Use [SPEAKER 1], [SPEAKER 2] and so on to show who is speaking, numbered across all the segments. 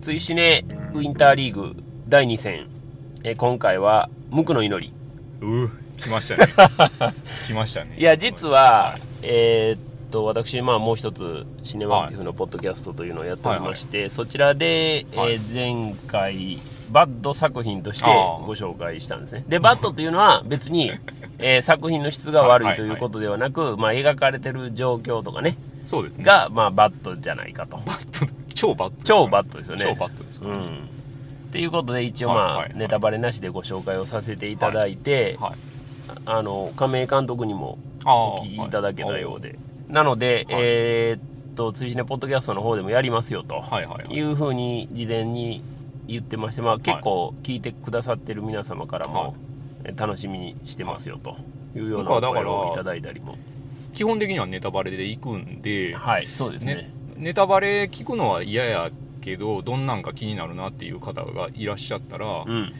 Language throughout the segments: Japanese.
[SPEAKER 1] ツイシネウィンターリーグ第2戦、えー今回は無垢の祈り
[SPEAKER 2] う来ま したね来ましたね
[SPEAKER 1] いや実はえーっと私まあもう一つシネマアクティフのポッドキャストというのをやっておりまして、そちらで、えー
[SPEAKER 2] はい
[SPEAKER 1] 前回バッド作品として
[SPEAKER 2] あー
[SPEAKER 1] ご紹介したんですねでバッドというのは別に、えー作品の質が悪
[SPEAKER 2] はいい
[SPEAKER 1] ということではなく、まあ、描かれてる状況とかね
[SPEAKER 2] そうですね
[SPEAKER 1] が、まあ、バッドじゃないかと
[SPEAKER 2] 超バットです
[SPEAKER 1] 超バッドですよ
[SPEAKER 2] よね
[SPEAKER 1] ね
[SPEAKER 2] 超バットですよ
[SPEAKER 1] う
[SPEAKER 2] ね
[SPEAKER 1] んっていうことで一応
[SPEAKER 2] はい
[SPEAKER 1] まあ、
[SPEAKER 2] はいはい
[SPEAKER 1] ネタバレなしでご紹介をさせていただいて、
[SPEAKER 2] はい
[SPEAKER 1] あの亀井監督にも
[SPEAKER 2] ああ
[SPEAKER 1] お聞きいただけたようで、なので、
[SPEAKER 2] はい
[SPEAKER 1] えーっと追試ねポッドキャストの方でもやりますよと、
[SPEAKER 2] はいはいはい
[SPEAKER 1] いうふうに事前に言ってまして、まあ、結構聞いてくださってる皆様からも、
[SPEAKER 2] はい
[SPEAKER 1] え楽しみにしてますよというような
[SPEAKER 2] 僕
[SPEAKER 1] お
[SPEAKER 2] はだから
[SPEAKER 1] 声をいただいたりも
[SPEAKER 2] 基本的にはネタバレで行くんで、
[SPEAKER 1] はいそうですね
[SPEAKER 2] ねネタバレ聞くのは嫌やけどどんなんか気になるなっていう方がいらっしゃったら、
[SPEAKER 1] うん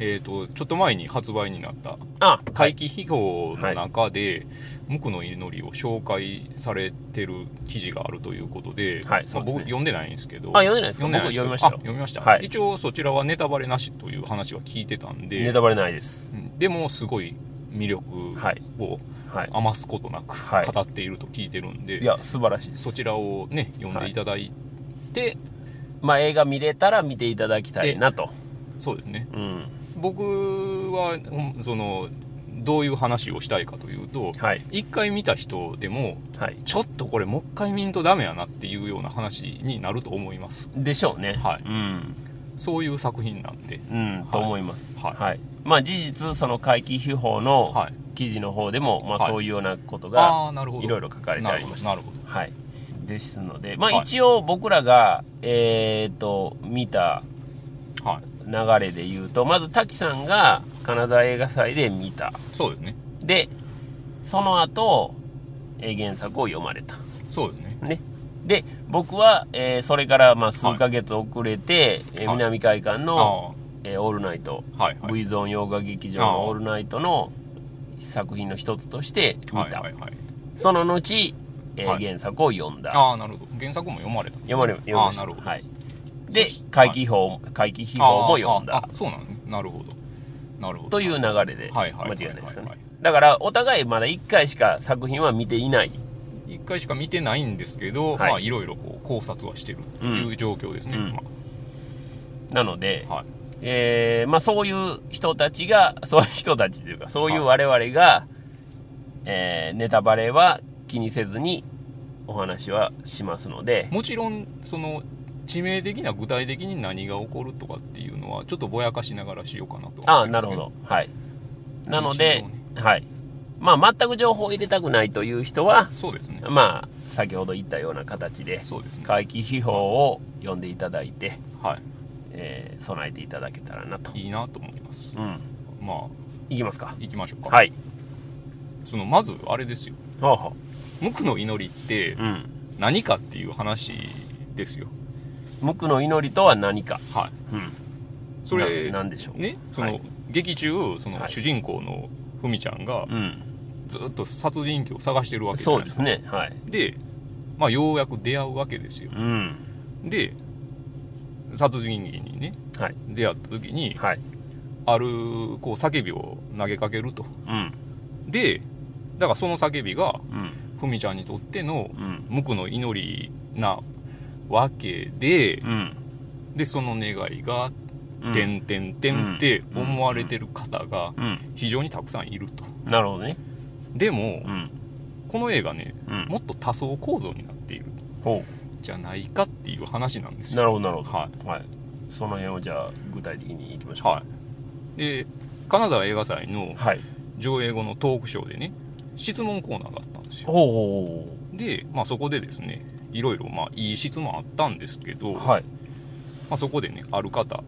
[SPEAKER 2] えー、とちょっと前に発売になった
[SPEAKER 1] あ
[SPEAKER 2] 怪奇秘宝の中で、無垢の祈りを紹介されてる記事があるということで,、
[SPEAKER 1] はい
[SPEAKER 2] ま
[SPEAKER 1] そ
[SPEAKER 2] あ、
[SPEAKER 1] うですね
[SPEAKER 2] 僕読んでないんですけど
[SPEAKER 1] あ読んでないですか
[SPEAKER 2] けど
[SPEAKER 1] 僕読みましたよ
[SPEAKER 2] あ読みました、
[SPEAKER 1] はい
[SPEAKER 2] 一応そちらはネタバレなしという話は聞いてたんで
[SPEAKER 1] ネタバレないです
[SPEAKER 2] うんでもすごい魅力
[SPEAKER 1] はい
[SPEAKER 2] を
[SPEAKER 1] はい
[SPEAKER 2] 余すことなく
[SPEAKER 1] はい
[SPEAKER 2] 語っていると聞いてるんで、
[SPEAKER 1] いや素晴らしいです
[SPEAKER 2] そちらをね読んでいただいて、
[SPEAKER 1] まあ映画見れたら見ていただきたいなと
[SPEAKER 2] そうですね
[SPEAKER 1] うん
[SPEAKER 2] 僕はうんそのどういう話をしたいかというと
[SPEAKER 1] はい
[SPEAKER 2] 一回見た人でも
[SPEAKER 1] はい
[SPEAKER 2] ちょっとこれもう一回見んとダメやなっていうような話になると思います
[SPEAKER 1] でしょうね
[SPEAKER 2] はい
[SPEAKER 1] うん
[SPEAKER 2] そういう作品なんで
[SPEAKER 1] うん、と思います、は
[SPEAKER 2] はいい
[SPEAKER 1] まあ、事実その怪奇秘宝の
[SPEAKER 2] はい
[SPEAKER 1] 記事の方でも、まあ、
[SPEAKER 2] はい
[SPEAKER 1] そういうようなこと
[SPEAKER 2] あ
[SPEAKER 1] が
[SPEAKER 2] あなるほど
[SPEAKER 1] いろいろ書かれてありました、
[SPEAKER 2] なるほど
[SPEAKER 1] はい、ですので、まあ、
[SPEAKER 2] はい
[SPEAKER 1] 一応僕らが、えー、と見た
[SPEAKER 2] なるほどはい
[SPEAKER 1] 流れで言うとまず滝さんがカナダ映画祭で見た
[SPEAKER 2] そうですね
[SPEAKER 1] でその後、えー原作を読まれた
[SPEAKER 2] そうですね
[SPEAKER 1] ね、で僕は、えーそれからまあ数ヶ月遅れて、えー
[SPEAKER 2] はい
[SPEAKER 1] 南海館
[SPEAKER 2] あ
[SPEAKER 1] の、
[SPEAKER 2] あは
[SPEAKER 1] えーオールナイト」
[SPEAKER 2] いはい
[SPEAKER 1] V ゾーン洋画劇場
[SPEAKER 2] ああ
[SPEAKER 1] の「オールナイト」の作品の一つとして見た、
[SPEAKER 2] はいはいはい
[SPEAKER 1] その後、えー
[SPEAKER 2] はい
[SPEAKER 1] 原作を読んだ
[SPEAKER 2] ああなるほど原作も読まれた
[SPEAKER 1] 読まれ読みました
[SPEAKER 2] ああなるほど
[SPEAKER 1] はい、で
[SPEAKER 2] そし
[SPEAKER 1] 「怪奇秘宝」怪奇秘宝も読ん
[SPEAKER 2] あーあー
[SPEAKER 1] だ
[SPEAKER 2] あそうなのねなるほどなるほど
[SPEAKER 1] という流れで間
[SPEAKER 2] は
[SPEAKER 1] 違い
[SPEAKER 2] いはい
[SPEAKER 1] な
[SPEAKER 2] はいい
[SPEAKER 1] ですよ
[SPEAKER 2] は
[SPEAKER 1] ね
[SPEAKER 2] い
[SPEAKER 1] だからお互いまだ1回しか作品は見ていない
[SPEAKER 2] 一回しか見てないんですけ
[SPEAKER 1] は
[SPEAKER 2] ど、
[SPEAKER 1] い
[SPEAKER 2] まあいろいろこう考察はしてるという状況ですね、
[SPEAKER 1] うん
[SPEAKER 2] 今
[SPEAKER 1] なので、
[SPEAKER 2] はい
[SPEAKER 1] えーまあ、そういう人たちがそういう人たちというかそういう我々が、えーネタバレは気にせずにお話はしますので
[SPEAKER 2] もちろんその致命的な具体的に何が起こるとかっていうのはちょっとぼやかしながらしようかなと
[SPEAKER 1] あ
[SPEAKER 2] は
[SPEAKER 1] あ
[SPEAKER 2] 思
[SPEAKER 1] な
[SPEAKER 2] って
[SPEAKER 1] る
[SPEAKER 2] ま
[SPEAKER 1] ほ
[SPEAKER 2] すけ
[SPEAKER 1] どはいなので、
[SPEAKER 2] 一
[SPEAKER 1] はいまあ、全く情報を入れたくないという人は
[SPEAKER 2] そうですね
[SPEAKER 1] まあ先ほど言ったような形で
[SPEAKER 2] そうですね
[SPEAKER 1] 怪奇秘宝を読んでいただいて、
[SPEAKER 2] は
[SPEAKER 1] えー備えていただけたらなと
[SPEAKER 2] いいいなと思います
[SPEAKER 1] うん
[SPEAKER 2] まあ
[SPEAKER 1] いきますか
[SPEAKER 2] 行きましょうか、
[SPEAKER 1] はい
[SPEAKER 2] そのまずあれですよ
[SPEAKER 1] ほうほ
[SPEAKER 2] 無垢の祈りって
[SPEAKER 1] ううん
[SPEAKER 2] 何かっていう話ですよ
[SPEAKER 1] 無垢の祈りとは何か
[SPEAKER 2] はい
[SPEAKER 1] うん
[SPEAKER 2] それ
[SPEAKER 1] ななんでしょう
[SPEAKER 2] ねそ
[SPEAKER 1] は
[SPEAKER 2] の
[SPEAKER 1] い
[SPEAKER 2] 劇中その
[SPEAKER 1] はい
[SPEAKER 2] 主人公のふみちゃんが
[SPEAKER 1] うん
[SPEAKER 2] ずっと殺人鬼を探してるわけじゃ
[SPEAKER 1] そう
[SPEAKER 2] な
[SPEAKER 1] で
[SPEAKER 2] いです
[SPEAKER 1] す
[SPEAKER 2] か
[SPEAKER 1] ねはい
[SPEAKER 2] で、まあ、ようやく出会うわけですよ
[SPEAKER 1] うん
[SPEAKER 2] で殺人鬼にね
[SPEAKER 1] はい
[SPEAKER 2] 出会った時に
[SPEAKER 1] はい
[SPEAKER 2] あるこう叫びを投げかけると
[SPEAKER 1] うん
[SPEAKER 2] でだからその叫びが
[SPEAKER 1] うん
[SPEAKER 2] ふみちゃんにとっての
[SPEAKER 1] うん
[SPEAKER 2] 無垢の祈りなわけで
[SPEAKER 1] うん
[SPEAKER 2] でその願いが
[SPEAKER 1] う
[SPEAKER 2] 「てんてんてん」って思われてる方が
[SPEAKER 1] うん
[SPEAKER 2] 非常にたくさんいると
[SPEAKER 1] なるほどね
[SPEAKER 2] でも
[SPEAKER 1] うん
[SPEAKER 2] この映画ね
[SPEAKER 1] うん
[SPEAKER 2] もっと多層構造になっているん
[SPEAKER 1] ほ
[SPEAKER 2] じゃないかっていう話なんです
[SPEAKER 1] う
[SPEAKER 2] よ
[SPEAKER 1] なるほどなるほど
[SPEAKER 2] は
[SPEAKER 1] は
[SPEAKER 2] い
[SPEAKER 1] い、その辺をじゃあ具体的にいきましょ
[SPEAKER 2] はいでカナダ映画祭の
[SPEAKER 1] うはい
[SPEAKER 2] 上映後のトークショーでね質問コーナーがあったんですよ
[SPEAKER 1] ほ
[SPEAKER 2] で、まあ、そこでですねいろいろまあいい質問あったんですけど、ま
[SPEAKER 1] はい、
[SPEAKER 2] あ、そこでねある方、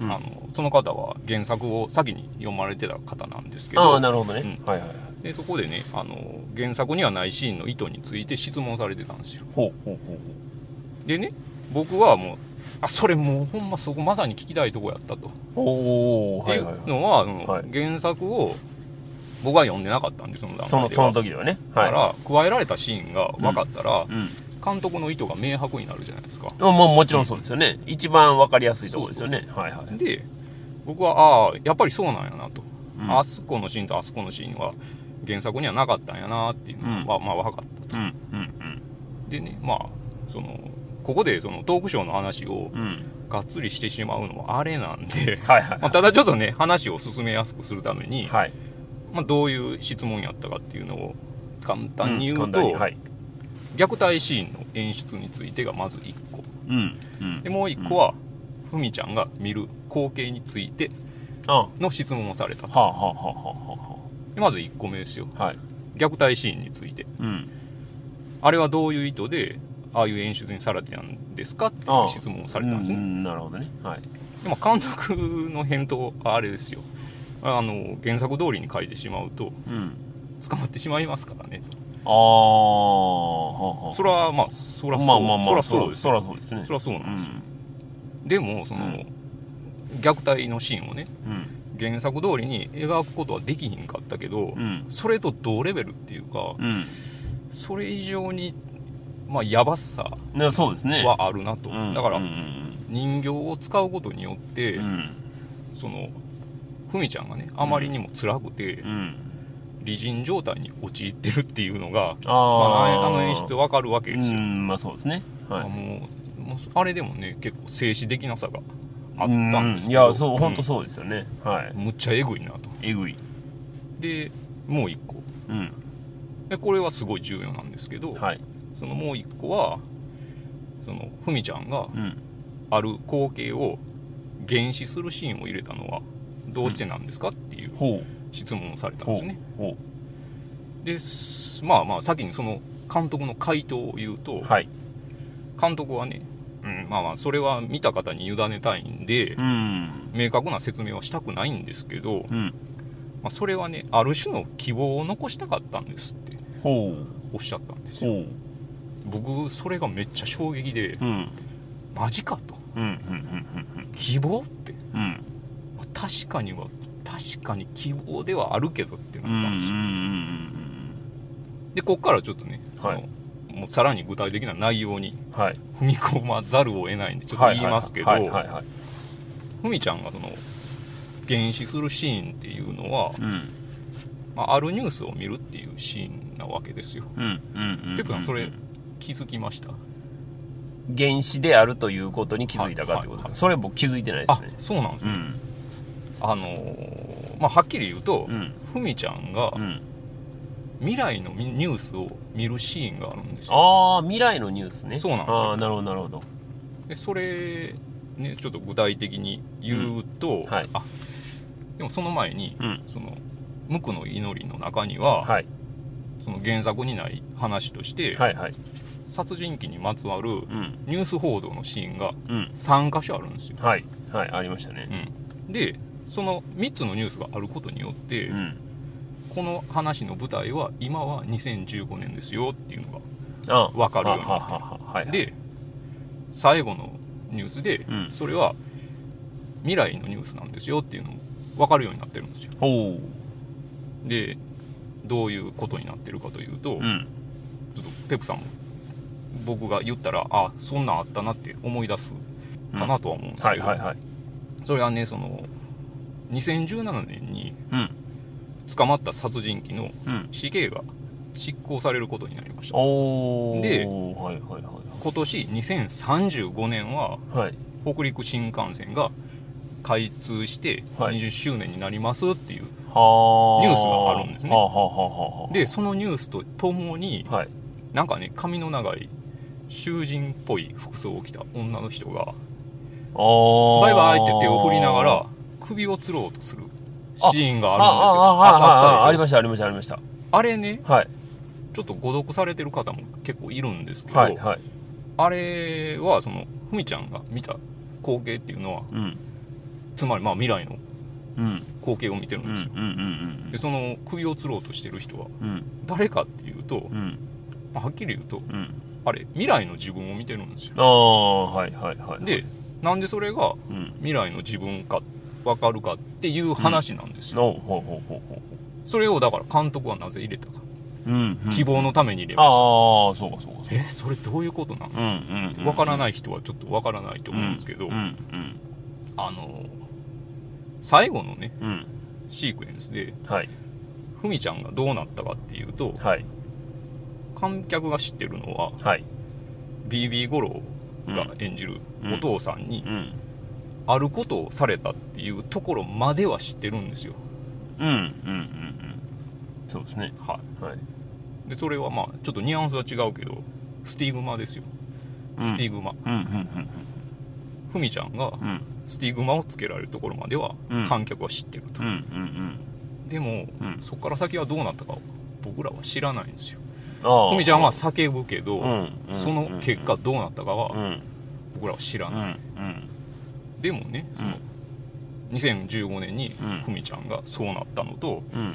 [SPEAKER 1] うん
[SPEAKER 2] あのその方は原作を先に読まれてた方なんですけ
[SPEAKER 1] あ
[SPEAKER 2] ど
[SPEAKER 1] あなるほどね、
[SPEAKER 2] う
[SPEAKER 1] はいはいはい
[SPEAKER 2] でそこでねあの原作にはないシーンの意図について質問されてたんですよ
[SPEAKER 1] ほうほうほう
[SPEAKER 2] でね僕はもうあそれもうほんまそこまさに聞きたいとこやったと
[SPEAKER 1] ほうおお
[SPEAKER 2] って
[SPEAKER 1] はいいはいう
[SPEAKER 2] のは、あの
[SPEAKER 1] はい
[SPEAKER 2] 原作を僕は読んでなかったんでその段
[SPEAKER 1] その
[SPEAKER 2] 階では
[SPEAKER 1] その時はね
[SPEAKER 2] だ
[SPEAKER 1] は
[SPEAKER 2] か
[SPEAKER 1] い
[SPEAKER 2] ら、加えられたシーンが分かったら、
[SPEAKER 1] うん
[SPEAKER 2] 監督の意図が明白になるじゃないですか
[SPEAKER 1] まあもちろんそうですよね。一番わかりやすいところですよね
[SPEAKER 2] そ。
[SPEAKER 1] はいはい。
[SPEAKER 2] で僕はああやっぱりそうなんやなと、
[SPEAKER 1] うん
[SPEAKER 2] あそこのシーンとあそこのシーンは原作にはなかったんやなっていうのは、まあ分かったと
[SPEAKER 1] うんうん
[SPEAKER 2] でねまあそのここでそのトークショーの話を
[SPEAKER 1] うんうん。
[SPEAKER 2] がっつりしてしまうのはあれなんで
[SPEAKER 1] はいはい
[SPEAKER 2] まあただちょっとね話を進めやすくするために、
[SPEAKER 1] はい。
[SPEAKER 2] まあ、どういう質問やったかっていうのを簡単に言うと、
[SPEAKER 1] んはい。
[SPEAKER 2] 虐待シーンの演出についてがまず1個
[SPEAKER 1] うんうん
[SPEAKER 2] で。もう1個は、ふみちゃんが見る光景について
[SPEAKER 1] あは
[SPEAKER 2] の質問をされた
[SPEAKER 1] あはあはあは
[SPEAKER 2] でまず1個目ですよ
[SPEAKER 1] あはあ。はい。
[SPEAKER 2] 虐待シーンについて
[SPEAKER 1] うん。
[SPEAKER 2] あれはどういう意図でああいう演出にされてたんですかっていう質問をされたんですね、
[SPEAKER 1] うんうんなるほどね。はい。
[SPEAKER 2] でまあ監督の返答はあれですよあの原作通りに書いてしまうと
[SPEAKER 1] うん。
[SPEAKER 2] 捕まってしまいますからね
[SPEAKER 1] ああ、はあはあ。
[SPEAKER 2] それはまあそらそう、
[SPEAKER 1] まあまあまあ、
[SPEAKER 2] そらそうです
[SPEAKER 1] そらそうですね。
[SPEAKER 2] そらそうなんですよ、
[SPEAKER 1] う
[SPEAKER 2] でもその、
[SPEAKER 1] うん
[SPEAKER 2] 虐待のシーンをね
[SPEAKER 1] ん
[SPEAKER 2] 原作通りに描くことはできひんかったけど、
[SPEAKER 1] うん
[SPEAKER 2] それと同レベルっていうか、
[SPEAKER 1] うん。
[SPEAKER 2] それ以上にまあやばさ
[SPEAKER 1] うん。ねそうですね。
[SPEAKER 2] はあるなと、
[SPEAKER 1] うん、
[SPEAKER 2] だから
[SPEAKER 1] うん
[SPEAKER 2] 人形を使うことによって、
[SPEAKER 1] うんうん。
[SPEAKER 2] そのふみちゃんがねあまりにも辛くて、
[SPEAKER 1] うんうん。
[SPEAKER 2] 離人状態に陥ってるっていうのが、
[SPEAKER 1] あ
[SPEAKER 2] まあ、
[SPEAKER 1] あ
[SPEAKER 2] あの演出わかるわけ
[SPEAKER 1] う
[SPEAKER 2] ですよ、
[SPEAKER 1] ん、まあそうですね。は
[SPEAKER 2] あ
[SPEAKER 1] い。
[SPEAKER 2] もうもうあれでもね結構静止的なさがあったんです
[SPEAKER 1] うんい
[SPEAKER 2] けど
[SPEAKER 1] や、そう、本当
[SPEAKER 2] ん
[SPEAKER 1] そうですよね。はい。
[SPEAKER 2] むっちゃえぐいなと
[SPEAKER 1] えぐい。
[SPEAKER 2] でもう一個
[SPEAKER 1] うん。
[SPEAKER 2] でこれはすごい重要なんですけど、
[SPEAKER 1] はい。
[SPEAKER 2] そのもう一個はそのふみちゃんが
[SPEAKER 1] うん。
[SPEAKER 2] ある光景を原始するシーンを入れたのはどうしてなんですかっていう
[SPEAKER 1] ほう。
[SPEAKER 2] 質問をされたん
[SPEAKER 1] ほ
[SPEAKER 2] です
[SPEAKER 1] う
[SPEAKER 2] ね。
[SPEAKER 1] ほ
[SPEAKER 2] ですまあまあ先にその監督の回答を言うと、
[SPEAKER 1] う。はい。
[SPEAKER 2] 監督はね、うん、まあまあそれは見た方に委ねたいんで、
[SPEAKER 1] うん。
[SPEAKER 2] 明確な説明はしたくないんですけど、ま
[SPEAKER 1] うん。
[SPEAKER 2] あ、それはねある種の希望を残したかったんですって
[SPEAKER 1] ほう。
[SPEAKER 2] おっしゃったんです
[SPEAKER 1] ほ
[SPEAKER 2] よ
[SPEAKER 1] う。
[SPEAKER 2] 僕それがめっちゃ衝撃で
[SPEAKER 1] うん。
[SPEAKER 2] マジかと
[SPEAKER 1] うん。うん。うん。
[SPEAKER 2] 希望って、
[SPEAKER 1] うん。うん。
[SPEAKER 2] まあ確かには確かに希望ではあるけどって
[SPEAKER 1] う
[SPEAKER 2] なったんですよ、
[SPEAKER 1] ん。
[SPEAKER 2] でこっからちょっとね、
[SPEAKER 1] はい
[SPEAKER 2] そのもうさらに具体的な内容に
[SPEAKER 1] はい。
[SPEAKER 2] 踏み込まざるを得ないんでちょっと言いますけど、
[SPEAKER 1] はい。はい。はい。
[SPEAKER 2] ふみちゃんがその原始するシーンっていうの は、
[SPEAKER 1] うん。
[SPEAKER 2] まあ、あるニュースを見るっていうシーンなわけですよ。
[SPEAKER 1] うん。うん。
[SPEAKER 2] ペクさんそれ気づきました、
[SPEAKER 1] 原子であるということに気づいたかってこと、
[SPEAKER 2] はいはい
[SPEAKER 1] それ僕気づいてないで
[SPEAKER 2] あ
[SPEAKER 1] すね
[SPEAKER 2] そうなんです
[SPEAKER 1] う
[SPEAKER 2] ね、
[SPEAKER 1] ん
[SPEAKER 2] あのーまあ、はっきり言うと
[SPEAKER 1] うん
[SPEAKER 2] ふみ、ちゃんが
[SPEAKER 1] うん
[SPEAKER 2] 未来のニニュースを見るシーンがあるんですよ。
[SPEAKER 1] ああ未来のニュースね
[SPEAKER 2] そうなんですよ
[SPEAKER 1] ああなるほどなるほど
[SPEAKER 2] でそれ、ね、ちょっと具体的に言うと、
[SPEAKER 1] んはい
[SPEAKER 2] あでもその前に、
[SPEAKER 1] うん
[SPEAKER 2] その無垢の祈りの中には、
[SPEAKER 1] はい
[SPEAKER 2] その原作にない話として、
[SPEAKER 1] はいはい
[SPEAKER 2] 殺人鬼にまつわる
[SPEAKER 1] うん
[SPEAKER 2] ニュース報道のシーンが
[SPEAKER 1] うん
[SPEAKER 2] 3箇所あるんですよ、
[SPEAKER 1] はいはいありましたね
[SPEAKER 2] うん、でその3つのニュースがあることによって、
[SPEAKER 1] うん
[SPEAKER 2] この話の舞台は今は2015年ですよっていうの
[SPEAKER 1] あ
[SPEAKER 2] が分か
[SPEAKER 1] あ
[SPEAKER 2] るよう
[SPEAKER 1] はは
[SPEAKER 2] になってる
[SPEAKER 1] ははいはい
[SPEAKER 2] で最後のニュースで、
[SPEAKER 1] ん
[SPEAKER 2] それは未来のニュースなんですよっていうのも分かるようになってるんですよ
[SPEAKER 1] ほ
[SPEAKER 2] でどういうことになってるかというと、
[SPEAKER 1] ううん
[SPEAKER 2] ちょっとペプさんも僕が言ったらあそんなんあったなって思い出すかなとは思うんですけど、
[SPEAKER 1] はいはいはい
[SPEAKER 2] それはねその2017年に
[SPEAKER 1] うん
[SPEAKER 2] 捕まった殺人鬼の
[SPEAKER 1] うん
[SPEAKER 2] 死刑が執行されることになりました
[SPEAKER 1] おお
[SPEAKER 2] で
[SPEAKER 1] はいはいは
[SPEAKER 2] 今年2035年はい
[SPEAKER 1] はい
[SPEAKER 2] 北陸新幹線が開通して
[SPEAKER 1] はい
[SPEAKER 2] 20周年になりますっていう、
[SPEAKER 1] は
[SPEAKER 2] ニュースがあるんですね
[SPEAKER 1] はあはあはあはあ
[SPEAKER 2] でそのニュースとともに
[SPEAKER 1] はい
[SPEAKER 2] なんかね髪の長い囚人っぽい服装を着た女の人が
[SPEAKER 1] あ
[SPEAKER 2] バイバイって手を振りながら首を吊ろうとするシーンが
[SPEAKER 1] あ
[SPEAKER 2] あ
[SPEAKER 1] あ
[SPEAKER 2] るんですよ
[SPEAKER 1] ああああ
[SPEAKER 2] あ
[SPEAKER 1] あ
[SPEAKER 2] っ
[SPEAKER 1] り
[SPEAKER 2] たでし
[SPEAKER 1] ましたありましたありました
[SPEAKER 2] ょあれね
[SPEAKER 1] はい
[SPEAKER 2] ちょっと誤読されてる方も結構いるんですけど、
[SPEAKER 1] はいはい
[SPEAKER 2] あれはそのふみちゃんが見た光景っていうのは
[SPEAKER 1] うん
[SPEAKER 2] つまりまあ未来の
[SPEAKER 1] うん
[SPEAKER 2] 光景を見てるんですよ、でその首を吊ろうとしてる人は誰かっていうと、まあはっきり言うとあれ未来の自分を見てるんですよ
[SPEAKER 1] ああはいはいはい
[SPEAKER 2] でなんでそれが
[SPEAKER 1] うん
[SPEAKER 2] 未来の自分か分かるかっていう話なんですよ、
[SPEAKER 1] おほうほうほうほう
[SPEAKER 2] それをだから監督はなぜ入れたか
[SPEAKER 1] うんうん
[SPEAKER 2] 希望のために入れ
[SPEAKER 1] あ
[SPEAKER 2] まし
[SPEAKER 1] あそうかそうかそうか
[SPEAKER 2] たえそれどういうことなの
[SPEAKER 1] うんうんうん
[SPEAKER 2] わからないい人はちょっとわからない
[SPEAKER 1] と
[SPEAKER 2] と思うんですけど、
[SPEAKER 1] うんうん
[SPEAKER 2] あの最後のね
[SPEAKER 1] うん、うん
[SPEAKER 2] シークエンスで
[SPEAKER 1] はい
[SPEAKER 2] ふみちゃんがどうなったかっていうと
[SPEAKER 1] はい
[SPEAKER 2] 観客が知ってるのは
[SPEAKER 1] はい
[SPEAKER 2] BB 五郎が演じる
[SPEAKER 1] うん
[SPEAKER 2] お父さんに
[SPEAKER 1] うん
[SPEAKER 2] あることをされたっていうところまでは知ってるんですよ、
[SPEAKER 1] うんうんうんうんそうですね
[SPEAKER 2] は
[SPEAKER 1] はい
[SPEAKER 2] い、でそれはまあちょっとニュアンスは違うけどスティグマですよ
[SPEAKER 1] うん
[SPEAKER 2] スティグマ
[SPEAKER 1] うんうん
[SPEAKER 2] ふみ、ちゃんが
[SPEAKER 1] うんうん
[SPEAKER 2] スティグマをつけられるところまでは
[SPEAKER 1] うん
[SPEAKER 2] 観客は知ってると
[SPEAKER 1] うんう、ん
[SPEAKER 2] でも、
[SPEAKER 1] うん
[SPEAKER 2] そこから先はどうなったか僕らは知らないんですよ
[SPEAKER 1] うん
[SPEAKER 2] ふみちゃんは叫ぶけど、
[SPEAKER 1] うんうん
[SPEAKER 2] その結果どうなったか
[SPEAKER 1] うんう
[SPEAKER 2] は
[SPEAKER 1] ん
[SPEAKER 2] 僕らは知ら
[SPEAKER 1] う
[SPEAKER 2] ない、
[SPEAKER 1] んうん
[SPEAKER 2] でもねその2015年にふみちゃんがそうなったのと
[SPEAKER 1] うん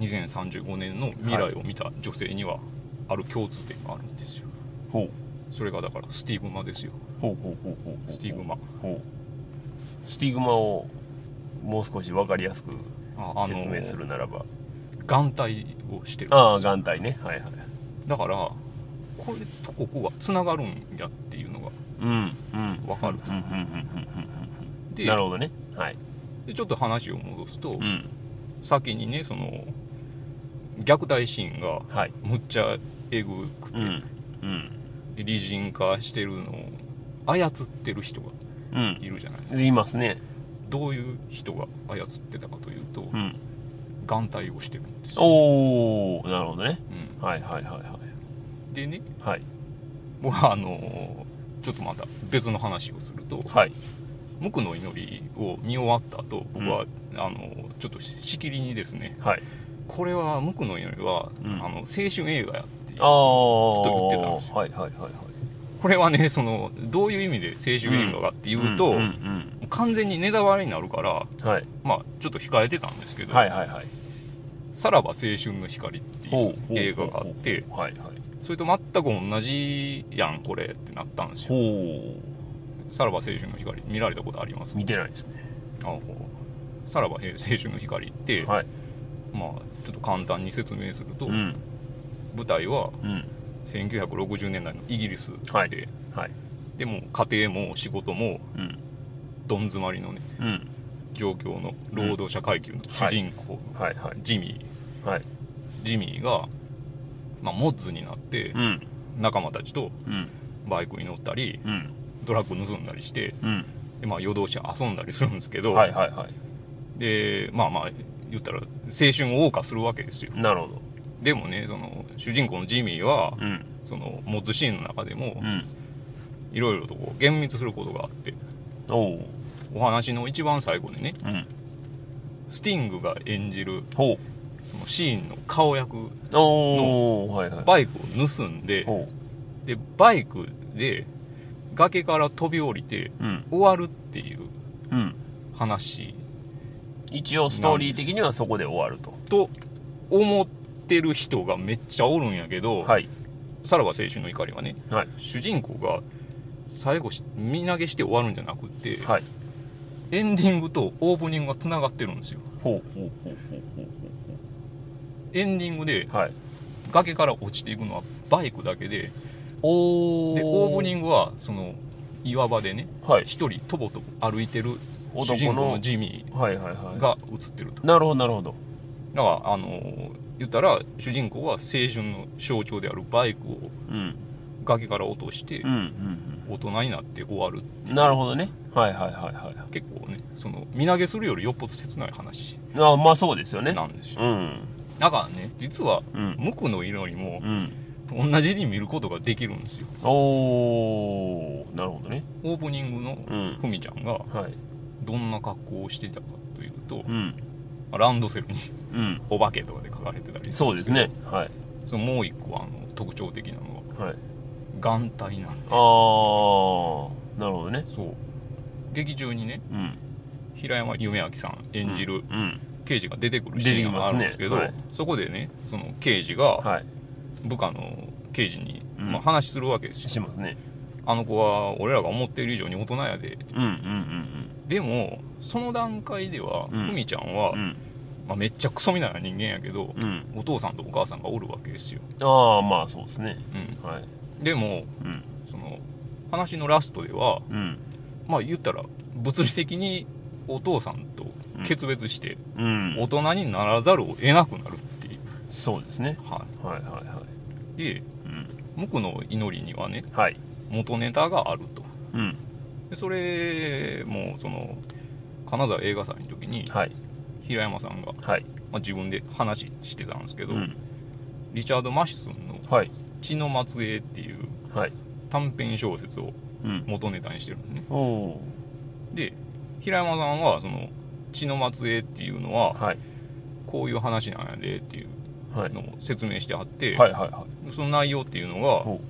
[SPEAKER 2] 2035年の未来を見た女性にはある共通点があるんですよ
[SPEAKER 1] ほう
[SPEAKER 2] それがだからスティグマですよ
[SPEAKER 1] ほうほうほうほうほう
[SPEAKER 2] スティグマ
[SPEAKER 1] ほうスティグマをもう少し分かりやすく
[SPEAKER 2] ああの
[SPEAKER 1] 説明するならば
[SPEAKER 2] 眼帯をしてる
[SPEAKER 1] あ
[SPEAKER 2] ん
[SPEAKER 1] あ
[SPEAKER 2] ですよ
[SPEAKER 1] 眼帯ねはいはい
[SPEAKER 2] だからこれとここがつながるんやっていうのが
[SPEAKER 1] うんうん
[SPEAKER 2] わかる
[SPEAKER 1] うんうんうんうんうん
[SPEAKER 2] で
[SPEAKER 1] なるほどねはい
[SPEAKER 2] でちょっと話を戻すと、
[SPEAKER 1] うん
[SPEAKER 2] 先にねその虐待シーンが
[SPEAKER 1] はい
[SPEAKER 2] むっちゃえぐく
[SPEAKER 1] う
[SPEAKER 2] て、
[SPEAKER 1] んうん
[SPEAKER 2] 理人化してるのを操ってる人が
[SPEAKER 1] うん
[SPEAKER 2] いるじゃないですか
[SPEAKER 1] 言いますね
[SPEAKER 2] どういう人が操ってたかというと、
[SPEAKER 1] うん
[SPEAKER 2] 眼帯をしてるんですよ、
[SPEAKER 1] おおなるほどね
[SPEAKER 2] うん
[SPEAKER 1] はいはいはいはい
[SPEAKER 2] でね
[SPEAKER 1] はい
[SPEAKER 2] 僕はあのちょっとまた別の話をすると
[SPEAKER 1] はい
[SPEAKER 2] 無垢の祈りを見終わった後僕は、
[SPEAKER 1] う
[SPEAKER 2] あのちょっとしきりにですね
[SPEAKER 1] はい
[SPEAKER 2] これは無垢の祈りは、
[SPEAKER 1] うん
[SPEAKER 2] あの青春映画やっていう
[SPEAKER 1] ああょ
[SPEAKER 2] っと言ってたんですよ
[SPEAKER 1] はいはいはいはい
[SPEAKER 2] これはねそのどういう意味で青春映画かっていうと、
[SPEAKER 1] んん
[SPEAKER 2] 完全にネタバレになるから
[SPEAKER 1] うんはい
[SPEAKER 2] まあちょっと控えてたんですけど、
[SPEAKER 1] はいはいはい
[SPEAKER 2] さらば青春の光」って
[SPEAKER 1] ほ
[SPEAKER 2] いう
[SPEAKER 1] うほう
[SPEAKER 2] 映画があって
[SPEAKER 1] はいはい
[SPEAKER 2] それと全く同じやんこれってなったんですよ
[SPEAKER 1] ほ
[SPEAKER 2] 「さらば青春の光」見られたことあります
[SPEAKER 1] う見てないですね
[SPEAKER 2] あほうさらば青春の光って、
[SPEAKER 1] はい
[SPEAKER 2] まあちょっと簡単に説明すると、
[SPEAKER 1] うん
[SPEAKER 2] 舞台は
[SPEAKER 1] うん
[SPEAKER 2] 1960年代のイギリスで、
[SPEAKER 1] はいはい
[SPEAKER 2] でも家庭も仕事も
[SPEAKER 1] うん
[SPEAKER 2] どん詰まりのね
[SPEAKER 1] うん
[SPEAKER 2] 状況の労働者階級の主人公、
[SPEAKER 1] はいはい
[SPEAKER 2] ジミー
[SPEAKER 1] はい
[SPEAKER 2] ジミーが、まあ、モッズになって
[SPEAKER 1] うん
[SPEAKER 2] 仲間たちと
[SPEAKER 1] うん
[SPEAKER 2] バイクに乗ったり
[SPEAKER 1] うん
[SPEAKER 2] ドラッグ盗んだりして
[SPEAKER 1] うん
[SPEAKER 2] で、まあ、夜通し遊んだりするんですけど、
[SPEAKER 1] はいはいは
[SPEAKER 2] でまあまあ言ったら青春を謳歌するわけですよ
[SPEAKER 1] いなるほど
[SPEAKER 2] でもねその主人公のジミーは
[SPEAKER 1] うん
[SPEAKER 2] そのモッズシーンの中でも
[SPEAKER 1] うん
[SPEAKER 2] いろいろとこう厳密することがあって
[SPEAKER 1] おおう
[SPEAKER 2] お話の一番最後でね
[SPEAKER 1] うん
[SPEAKER 2] スティングが演じる
[SPEAKER 1] ほ
[SPEAKER 2] そのシーンの顔役
[SPEAKER 1] うおおはいはい
[SPEAKER 2] バイクを盗んで
[SPEAKER 1] ほ
[SPEAKER 2] でバイクで崖から飛び降りて
[SPEAKER 1] ううん
[SPEAKER 2] 終わるっていう
[SPEAKER 1] うん
[SPEAKER 2] 話
[SPEAKER 1] 一応ストーリー的にはそこで終わると
[SPEAKER 2] と思ってる人がめっちゃおるんやけど、
[SPEAKER 1] はい
[SPEAKER 2] さらば青春の怒りはね
[SPEAKER 1] はい
[SPEAKER 2] 主人公が最後し身投げして終わるんじゃなくて、
[SPEAKER 1] はい
[SPEAKER 2] エンディングとオープニングがつながってるんですよ
[SPEAKER 1] ほうほうほうほうほう
[SPEAKER 2] エンディングで
[SPEAKER 1] ほうはい
[SPEAKER 2] 崖から落ちていくのはバイクだけで
[SPEAKER 1] お
[SPEAKER 2] でオープニ
[SPEAKER 1] ン
[SPEAKER 2] ングはその岩場でね
[SPEAKER 1] グはい
[SPEAKER 2] 一人とぼとぼ歩いてる
[SPEAKER 1] 男
[SPEAKER 2] 主
[SPEAKER 1] の
[SPEAKER 2] 人公のジミ
[SPEAKER 1] はいはい
[SPEAKER 2] ー
[SPEAKER 1] は
[SPEAKER 2] が映ってると
[SPEAKER 1] いなるほどなるほど
[SPEAKER 2] だからあのー言ったら主人公は青春の象徴であるバイクを
[SPEAKER 1] うん
[SPEAKER 2] 崖から落として
[SPEAKER 1] うんうん
[SPEAKER 2] 大人になって終わる
[SPEAKER 1] うんなるほどねはいはいはいはいは
[SPEAKER 2] 結構ねその身投げするよりよっぽど切ない話
[SPEAKER 1] いあまあそうですよね
[SPEAKER 2] なんですよ
[SPEAKER 1] うん
[SPEAKER 2] だからね実は
[SPEAKER 1] うん
[SPEAKER 2] 無垢の色にも
[SPEAKER 1] うん
[SPEAKER 2] 同じに見ることができるんですよ
[SPEAKER 1] おおなるほどね
[SPEAKER 2] オープニングの
[SPEAKER 1] うん
[SPEAKER 2] ふみちゃんが
[SPEAKER 1] はい
[SPEAKER 2] どんな格好をしていたかというと
[SPEAKER 1] うん
[SPEAKER 2] ランドセルに
[SPEAKER 1] うん
[SPEAKER 2] お化けとかで書かれてたり
[SPEAKER 1] そうですねはい
[SPEAKER 2] そのもう一個あの特徴的なのは
[SPEAKER 1] はい
[SPEAKER 2] 眼帯なんです
[SPEAKER 1] ああなるほどね
[SPEAKER 2] そう劇中にね
[SPEAKER 1] うん
[SPEAKER 2] 平山夢明さん演じる
[SPEAKER 1] うん
[SPEAKER 2] 刑事が出てくるシーンがあるんですけど、
[SPEAKER 1] 出てきます
[SPEAKER 2] そこでねその刑事が
[SPEAKER 1] はい
[SPEAKER 2] 部下の刑事に、
[SPEAKER 1] うん
[SPEAKER 2] まあ、話するわけですよ
[SPEAKER 1] しますね
[SPEAKER 2] あの子は俺らが思っている以上に大人やで
[SPEAKER 1] うんうん
[SPEAKER 2] でもその段階では
[SPEAKER 1] うん
[SPEAKER 2] ふみ、ちゃんは
[SPEAKER 1] うんうんうん
[SPEAKER 2] まあ、めっちゃクソみたいな人間やけど、
[SPEAKER 1] うん
[SPEAKER 2] お父さんとお母さんがおるわけですよ、
[SPEAKER 1] ああまあそうですね
[SPEAKER 2] う
[SPEAKER 1] はい
[SPEAKER 2] ん、でも
[SPEAKER 1] うん
[SPEAKER 2] その話のラストでは
[SPEAKER 1] うん
[SPEAKER 2] まあ言ったら物理的にお父さんと決別して
[SPEAKER 1] うん
[SPEAKER 2] 大人にならざるを得なくなるっていう、
[SPEAKER 1] そうですね
[SPEAKER 2] は
[SPEAKER 1] はいはいはい
[SPEAKER 2] い、で
[SPEAKER 1] うん
[SPEAKER 2] 無垢の祈りにはね
[SPEAKER 1] はい
[SPEAKER 2] 元ネタがあると
[SPEAKER 1] うん
[SPEAKER 2] でそれもその金沢映画祭の時に
[SPEAKER 1] はい
[SPEAKER 2] 平山さんが、
[SPEAKER 1] はい
[SPEAKER 2] まあ、自分で話してたんですけど、
[SPEAKER 1] うん
[SPEAKER 2] リチャード・マシスンの
[SPEAKER 1] はい
[SPEAKER 2] 「血の末裔」っていう
[SPEAKER 1] はい
[SPEAKER 2] 短編小説を
[SPEAKER 1] うん
[SPEAKER 2] 元ネタにしてるんですね
[SPEAKER 1] おお
[SPEAKER 2] で平山さんはその「血の末裔」っていうのは
[SPEAKER 1] はい
[SPEAKER 2] こういう話なんやでっていう
[SPEAKER 1] はい
[SPEAKER 2] のを説明してあって、
[SPEAKER 1] はいはいはい
[SPEAKER 2] その内容っていうのが
[SPEAKER 1] ほ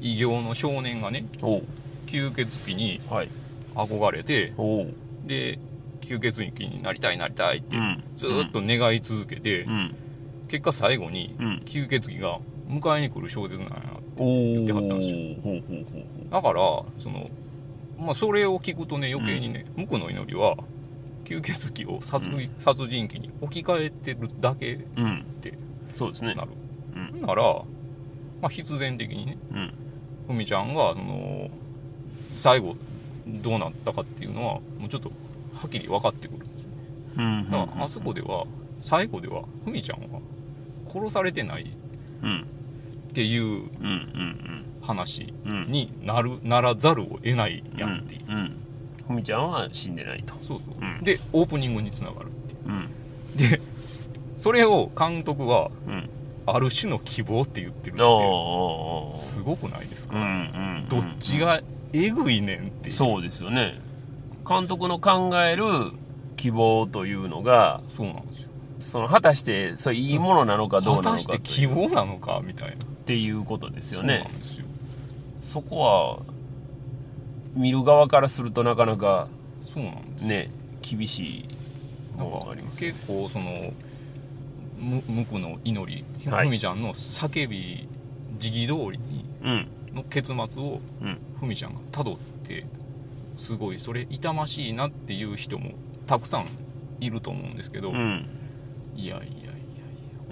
[SPEAKER 2] 異形の少年がね
[SPEAKER 1] おう
[SPEAKER 2] 吸血鬼に
[SPEAKER 1] はい
[SPEAKER 2] 憧れて
[SPEAKER 1] おお
[SPEAKER 2] で吸血鬼になりたいなりたいって
[SPEAKER 1] うん
[SPEAKER 2] ずーっと願い続けて、
[SPEAKER 1] うん
[SPEAKER 2] 結果最後に
[SPEAKER 1] うん
[SPEAKER 2] 吸血鬼が迎えに来る小説なんや
[SPEAKER 1] おお
[SPEAKER 2] 言ってはったんですよ
[SPEAKER 1] ほうほうほうほ
[SPEAKER 2] だからその、まあ、それを聞くとね余計にね、無垢の祈りは吸血鬼を殺,、殺人鬼に置き換えてるだけに
[SPEAKER 1] ううん
[SPEAKER 2] て
[SPEAKER 1] そうですね
[SPEAKER 2] なる、
[SPEAKER 1] うん
[SPEAKER 2] なら、まあ、必然的にね
[SPEAKER 1] うん
[SPEAKER 2] ふみちゃんがその最後どうなったかっていうのはもうちょっとはっきり分かってくるんですよ
[SPEAKER 1] うん
[SPEAKER 2] だからあそこでは最後ではふみちゃんは殺されてない
[SPEAKER 1] うん
[SPEAKER 2] っていう
[SPEAKER 1] うんうん
[SPEAKER 2] 話
[SPEAKER 1] うんうん
[SPEAKER 2] になるならざるを得ないやんっていう、
[SPEAKER 1] うんふみちゃんは死んでないと
[SPEAKER 2] そうそう、
[SPEAKER 1] うん
[SPEAKER 2] でオープニングにつながるってい
[SPEAKER 1] うん
[SPEAKER 2] うでそれを監督は
[SPEAKER 1] うん
[SPEAKER 2] ある種の希望って言ってるっ
[SPEAKER 1] あああ
[SPEAKER 2] て
[SPEAKER 1] あ
[SPEAKER 2] すごくないです
[SPEAKER 1] う
[SPEAKER 2] か、
[SPEAKER 1] んうん
[SPEAKER 2] どっちがえぐいねんっていう
[SPEAKER 1] そうですよね監督の考える希望というのが
[SPEAKER 2] そうなんですよ
[SPEAKER 1] その果たしてそれいいものなのかどう
[SPEAKER 2] 果
[SPEAKER 1] なのか
[SPEAKER 2] たし
[SPEAKER 1] と
[SPEAKER 2] て希望なのかみたいな
[SPEAKER 1] っていうことですよ
[SPEAKER 2] そう
[SPEAKER 1] ね
[SPEAKER 2] なんですよ
[SPEAKER 1] そこは見る側からするとなかなか
[SPEAKER 2] そうなんです
[SPEAKER 1] ね厳しい
[SPEAKER 2] な
[SPEAKER 1] ものがあり
[SPEAKER 2] ん
[SPEAKER 1] ま
[SPEAKER 2] か
[SPEAKER 1] す
[SPEAKER 2] 結構そのむ無垢の祈りひ
[SPEAKER 1] はい
[SPEAKER 2] ふみちゃんの叫び時期通りに
[SPEAKER 1] うん
[SPEAKER 2] の結末を
[SPEAKER 1] うん
[SPEAKER 2] ふみちゃんがたどってすごいそれ痛ましいなっていう人もたくさんいると思うんですけど、
[SPEAKER 1] う
[SPEAKER 2] い
[SPEAKER 1] ん
[SPEAKER 2] やいやいやいやこ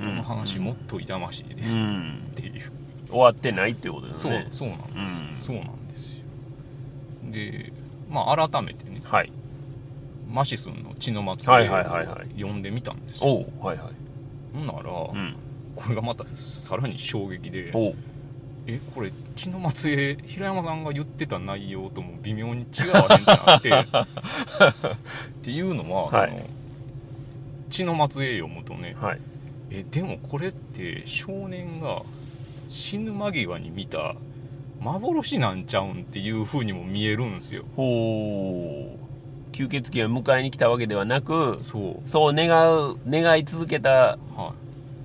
[SPEAKER 1] うん
[SPEAKER 2] の話もっと痛ましいで
[SPEAKER 1] う
[SPEAKER 2] っ
[SPEAKER 1] ん
[SPEAKER 2] ていう、
[SPEAKER 1] 終わってないってことです
[SPEAKER 2] そう
[SPEAKER 1] ね
[SPEAKER 2] そうなんですよ、
[SPEAKER 1] うん
[SPEAKER 2] そうなんですよでまあ改めてね
[SPEAKER 1] はい
[SPEAKER 2] マシスンの血の祭り
[SPEAKER 1] はいはいはいはい
[SPEAKER 2] 読んでみたんですよ
[SPEAKER 1] おうはいはい
[SPEAKER 2] ほんなら、
[SPEAKER 1] うん
[SPEAKER 2] これがまたさらに衝撃で
[SPEAKER 1] おう
[SPEAKER 2] えこれ血の末裔平山さんが言ってた内容とも微妙に違うわけなって っていうのは、
[SPEAKER 1] はい
[SPEAKER 2] その血の末裔読むとね
[SPEAKER 1] はい
[SPEAKER 2] えでもこれって少年が死ぬ間際に見た幻なんちゃうんっていう風にも見えるんですよ
[SPEAKER 1] ほう吸血鬼を迎えに来たわけではなく
[SPEAKER 2] そう
[SPEAKER 1] そう願う願い続けた
[SPEAKER 2] はい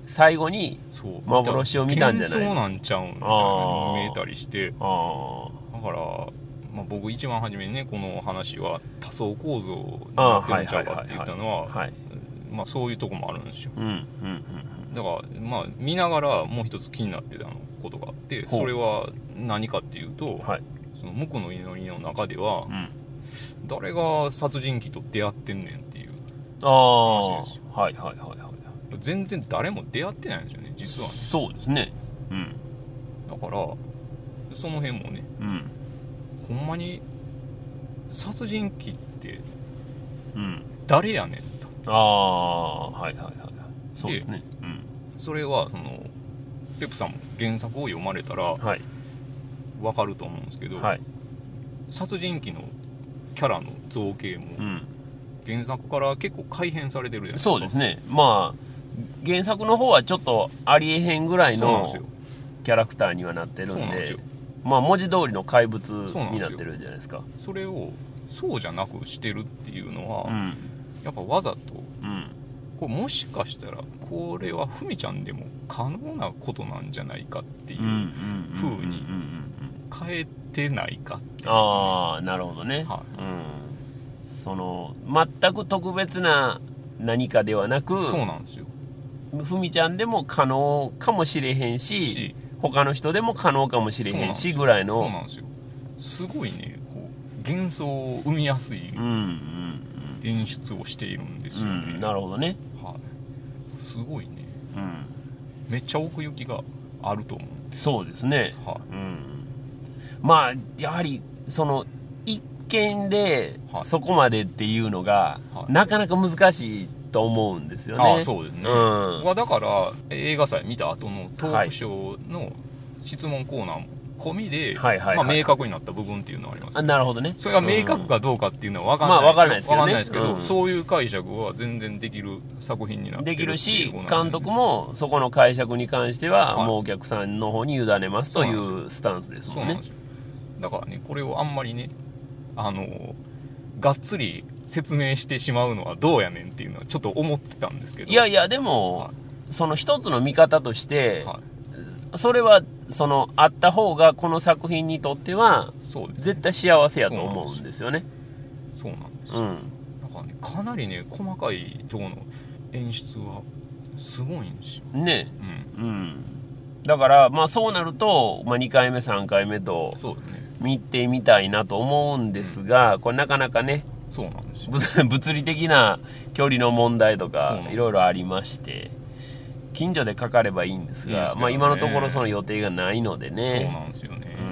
[SPEAKER 1] 最後に
[SPEAKER 2] そう
[SPEAKER 1] 幻を見たんじゃない
[SPEAKER 2] 幻想なんちゃうんみたいなのが見えたりして
[SPEAKER 1] あ
[SPEAKER 2] だから、まあ、僕一番初めにねこの話は多層構造に
[SPEAKER 1] あ
[SPEAKER 2] な
[SPEAKER 1] あ
[SPEAKER 2] ってる
[SPEAKER 1] はい
[SPEAKER 2] んちゃ
[SPEAKER 1] は
[SPEAKER 2] う
[SPEAKER 1] いは
[SPEAKER 2] か
[SPEAKER 1] い
[SPEAKER 2] って言ったのは
[SPEAKER 1] はい
[SPEAKER 2] まあそういうとこもあるんですよ
[SPEAKER 1] うんうん
[SPEAKER 2] だからまあ見ながらもう一つ気になってたことがあって
[SPEAKER 1] ほう
[SPEAKER 2] それは何かっていうと、
[SPEAKER 1] うんはい
[SPEAKER 2] その無垢の祈りの中では
[SPEAKER 1] うん
[SPEAKER 2] 誰が殺人鬼と出会ってんねんっていう
[SPEAKER 1] ああ
[SPEAKER 2] 話
[SPEAKER 1] は
[SPEAKER 2] です
[SPEAKER 1] いはいはいはい
[SPEAKER 2] 全然誰も出会ってないんですよね実はね
[SPEAKER 1] そうですねうん
[SPEAKER 2] だからその辺もね
[SPEAKER 1] うん
[SPEAKER 2] ほんまに殺人鬼って
[SPEAKER 1] うん
[SPEAKER 2] 誰やねんと
[SPEAKER 1] ああはいはいはいはいそうですねうん
[SPEAKER 2] それはそのペプさんも原作を読まれたら
[SPEAKER 1] はい
[SPEAKER 2] 分かると思うんですけど、
[SPEAKER 1] はい
[SPEAKER 2] 殺人鬼のキャラの造形も
[SPEAKER 1] うん
[SPEAKER 2] 原作から結構改変されてるじゃないですか
[SPEAKER 1] そうですねまあ原作の方はちょっとありえへんぐらい
[SPEAKER 2] そうなんで
[SPEAKER 1] の
[SPEAKER 2] すよ
[SPEAKER 1] キャラクターにはなってる
[SPEAKER 2] そうなん
[SPEAKER 1] ん
[SPEAKER 2] です
[SPEAKER 1] で
[SPEAKER 2] よ
[SPEAKER 1] まあ文字通りの怪物
[SPEAKER 2] そうなんですよ
[SPEAKER 1] になってるんじゃないですか
[SPEAKER 2] それをそうじゃなくしてるっていうのは、
[SPEAKER 1] ん
[SPEAKER 2] やっぱわざと
[SPEAKER 1] うん
[SPEAKER 2] これもしかしたらこれはふみちゃんでも可能なことなんじゃないかっていう、
[SPEAKER 1] ふ
[SPEAKER 2] 風に変えてないかっていう
[SPEAKER 1] ああなるほどね、
[SPEAKER 2] は
[SPEAKER 1] うんその全く特別な何かではなく
[SPEAKER 2] そうなんですよ
[SPEAKER 1] ふみちゃんでも可能かもしれへんし
[SPEAKER 2] し
[SPEAKER 1] 他の人でも可能かもしれ
[SPEAKER 2] そう
[SPEAKER 1] へ
[SPEAKER 2] なん
[SPEAKER 1] ん
[SPEAKER 2] です
[SPEAKER 1] し
[SPEAKER 2] よ
[SPEAKER 1] ぐらい
[SPEAKER 2] そうな
[SPEAKER 1] の
[SPEAKER 2] んですよすごいねこう幻想を生みやすい
[SPEAKER 1] うんうん
[SPEAKER 2] 演出をしているんです
[SPEAKER 1] う
[SPEAKER 2] よ
[SPEAKER 1] ん
[SPEAKER 2] ね、
[SPEAKER 1] なるほどね
[SPEAKER 2] はいすごいね
[SPEAKER 1] うん、
[SPEAKER 2] めっちゃ奥行きがあると思うんです
[SPEAKER 1] そうですね、
[SPEAKER 2] は
[SPEAKER 1] うん、まあやはりその一見で
[SPEAKER 2] はい
[SPEAKER 1] そこまでっていうのが、
[SPEAKER 2] はい
[SPEAKER 1] なかなか難しいと思うんですよ
[SPEAKER 2] い、
[SPEAKER 1] ね
[SPEAKER 2] ああそうですね、
[SPEAKER 1] うん
[SPEAKER 2] 僕はだから映画祭見た後のトークショーの質問コーナーも込みで、
[SPEAKER 1] はいはいはい
[SPEAKER 2] まあ、明確になった部分っていうのはあります
[SPEAKER 1] あなるほどね
[SPEAKER 2] それが明確かどうかっていうのは分かん
[SPEAKER 1] ま
[SPEAKER 2] な
[SPEAKER 1] あ
[SPEAKER 2] い、
[SPEAKER 1] 分からないですけどね
[SPEAKER 2] 分かんないですけど、
[SPEAKER 1] うん
[SPEAKER 2] そういう解釈は全然できる作品になって
[SPEAKER 1] で
[SPEAKER 2] るって
[SPEAKER 1] き
[SPEAKER 2] いう
[SPEAKER 1] るし
[SPEAKER 2] ことなん
[SPEAKER 1] 監
[SPEAKER 2] で
[SPEAKER 1] 督もそこの解釈に関しては、
[SPEAKER 2] はい
[SPEAKER 1] もうお客さんの方に委ねますとい
[SPEAKER 2] そうなん
[SPEAKER 1] うスタンスです
[SPEAKER 2] そ
[SPEAKER 1] も
[SPEAKER 2] うんな
[SPEAKER 1] ね
[SPEAKER 2] んですよだからねこれをあんまりねあのがっつり説明してしまうのはどうやねんっていうのはちょっと思ってたんですけど
[SPEAKER 1] いやいやでも、
[SPEAKER 2] は
[SPEAKER 1] その一つの見方として、
[SPEAKER 2] はい
[SPEAKER 1] それはそのあった方がこの作品にとっては
[SPEAKER 2] そうです
[SPEAKER 1] 絶対幸せやと思うんですよね
[SPEAKER 2] そうなんです
[SPEAKER 1] う
[SPEAKER 2] よ、
[SPEAKER 1] ん
[SPEAKER 2] だからねかなりね細かいところの演出はすごいんですよ
[SPEAKER 1] ね
[SPEAKER 2] うん
[SPEAKER 1] うんだからまあそうなると、まあ、2回目3回目と
[SPEAKER 2] そうですね
[SPEAKER 1] 見てみたいなと思うんですが、これなかなかね
[SPEAKER 2] そうなんですよ
[SPEAKER 1] 物 物理的な距離の問題と
[SPEAKER 2] そうなん
[SPEAKER 1] か
[SPEAKER 2] です
[SPEAKER 1] いろいろありまして近所でかかればいいんです
[SPEAKER 2] いいんで
[SPEAKER 1] が
[SPEAKER 2] すけどね
[SPEAKER 1] まあ、今のところその予定がないので
[SPEAKER 2] そう
[SPEAKER 1] ね
[SPEAKER 2] なんですよね
[SPEAKER 1] う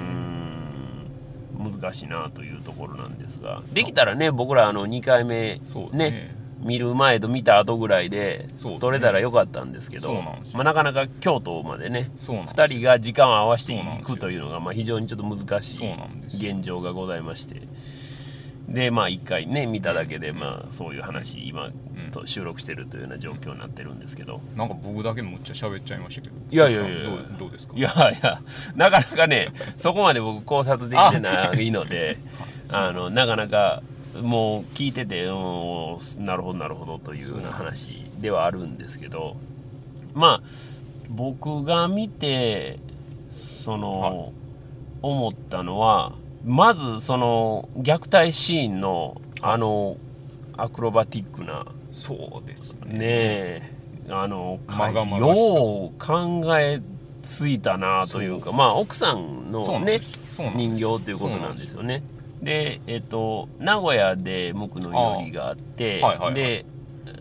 [SPEAKER 1] ーん難しいなというところなんですができたらね僕らあの2回目
[SPEAKER 2] そうです
[SPEAKER 1] ね見る前と見た後ぐらいで
[SPEAKER 2] そう
[SPEAKER 1] 撮れたらよかったんですけど
[SPEAKER 2] そうなんですよ
[SPEAKER 1] まあ、なかなか京都までね
[SPEAKER 2] そうなんですよ
[SPEAKER 1] 2人が時間を合わせてい
[SPEAKER 2] そうなんですよ
[SPEAKER 1] くというのがまあ非常にちょっと難し
[SPEAKER 2] そうなんです
[SPEAKER 1] い現状がございましてでまあ1回ね見ただけでまあそういう話今
[SPEAKER 2] ん
[SPEAKER 1] と収録してるというような状況になってるんですけど
[SPEAKER 2] なんか僕だけむっちゃ喋っちゃいましたけど
[SPEAKER 1] いやいやいや
[SPEAKER 2] どうどうですか
[SPEAKER 1] いやいやなかなかねそこまで僕考察できてないのであのなかなかもう聞いててうんなるほどなるほどというような話ではあるんですけどまあ僕が見てそ
[SPEAKER 2] はい
[SPEAKER 1] の思ったのはまずその虐待シーンのあのアクロバティックな
[SPEAKER 2] そうですね
[SPEAKER 1] ねえあの
[SPEAKER 2] まがまがしさ
[SPEAKER 1] よう考えついたなというかまあ奥さん
[SPEAKER 2] そ
[SPEAKER 1] の
[SPEAKER 2] うなんで
[SPEAKER 1] ね
[SPEAKER 2] すそうなんです
[SPEAKER 1] 人形ということなんですよねでえっ、と名古屋で無垢のよりがあって
[SPEAKER 2] あーはいはいはい
[SPEAKER 1] で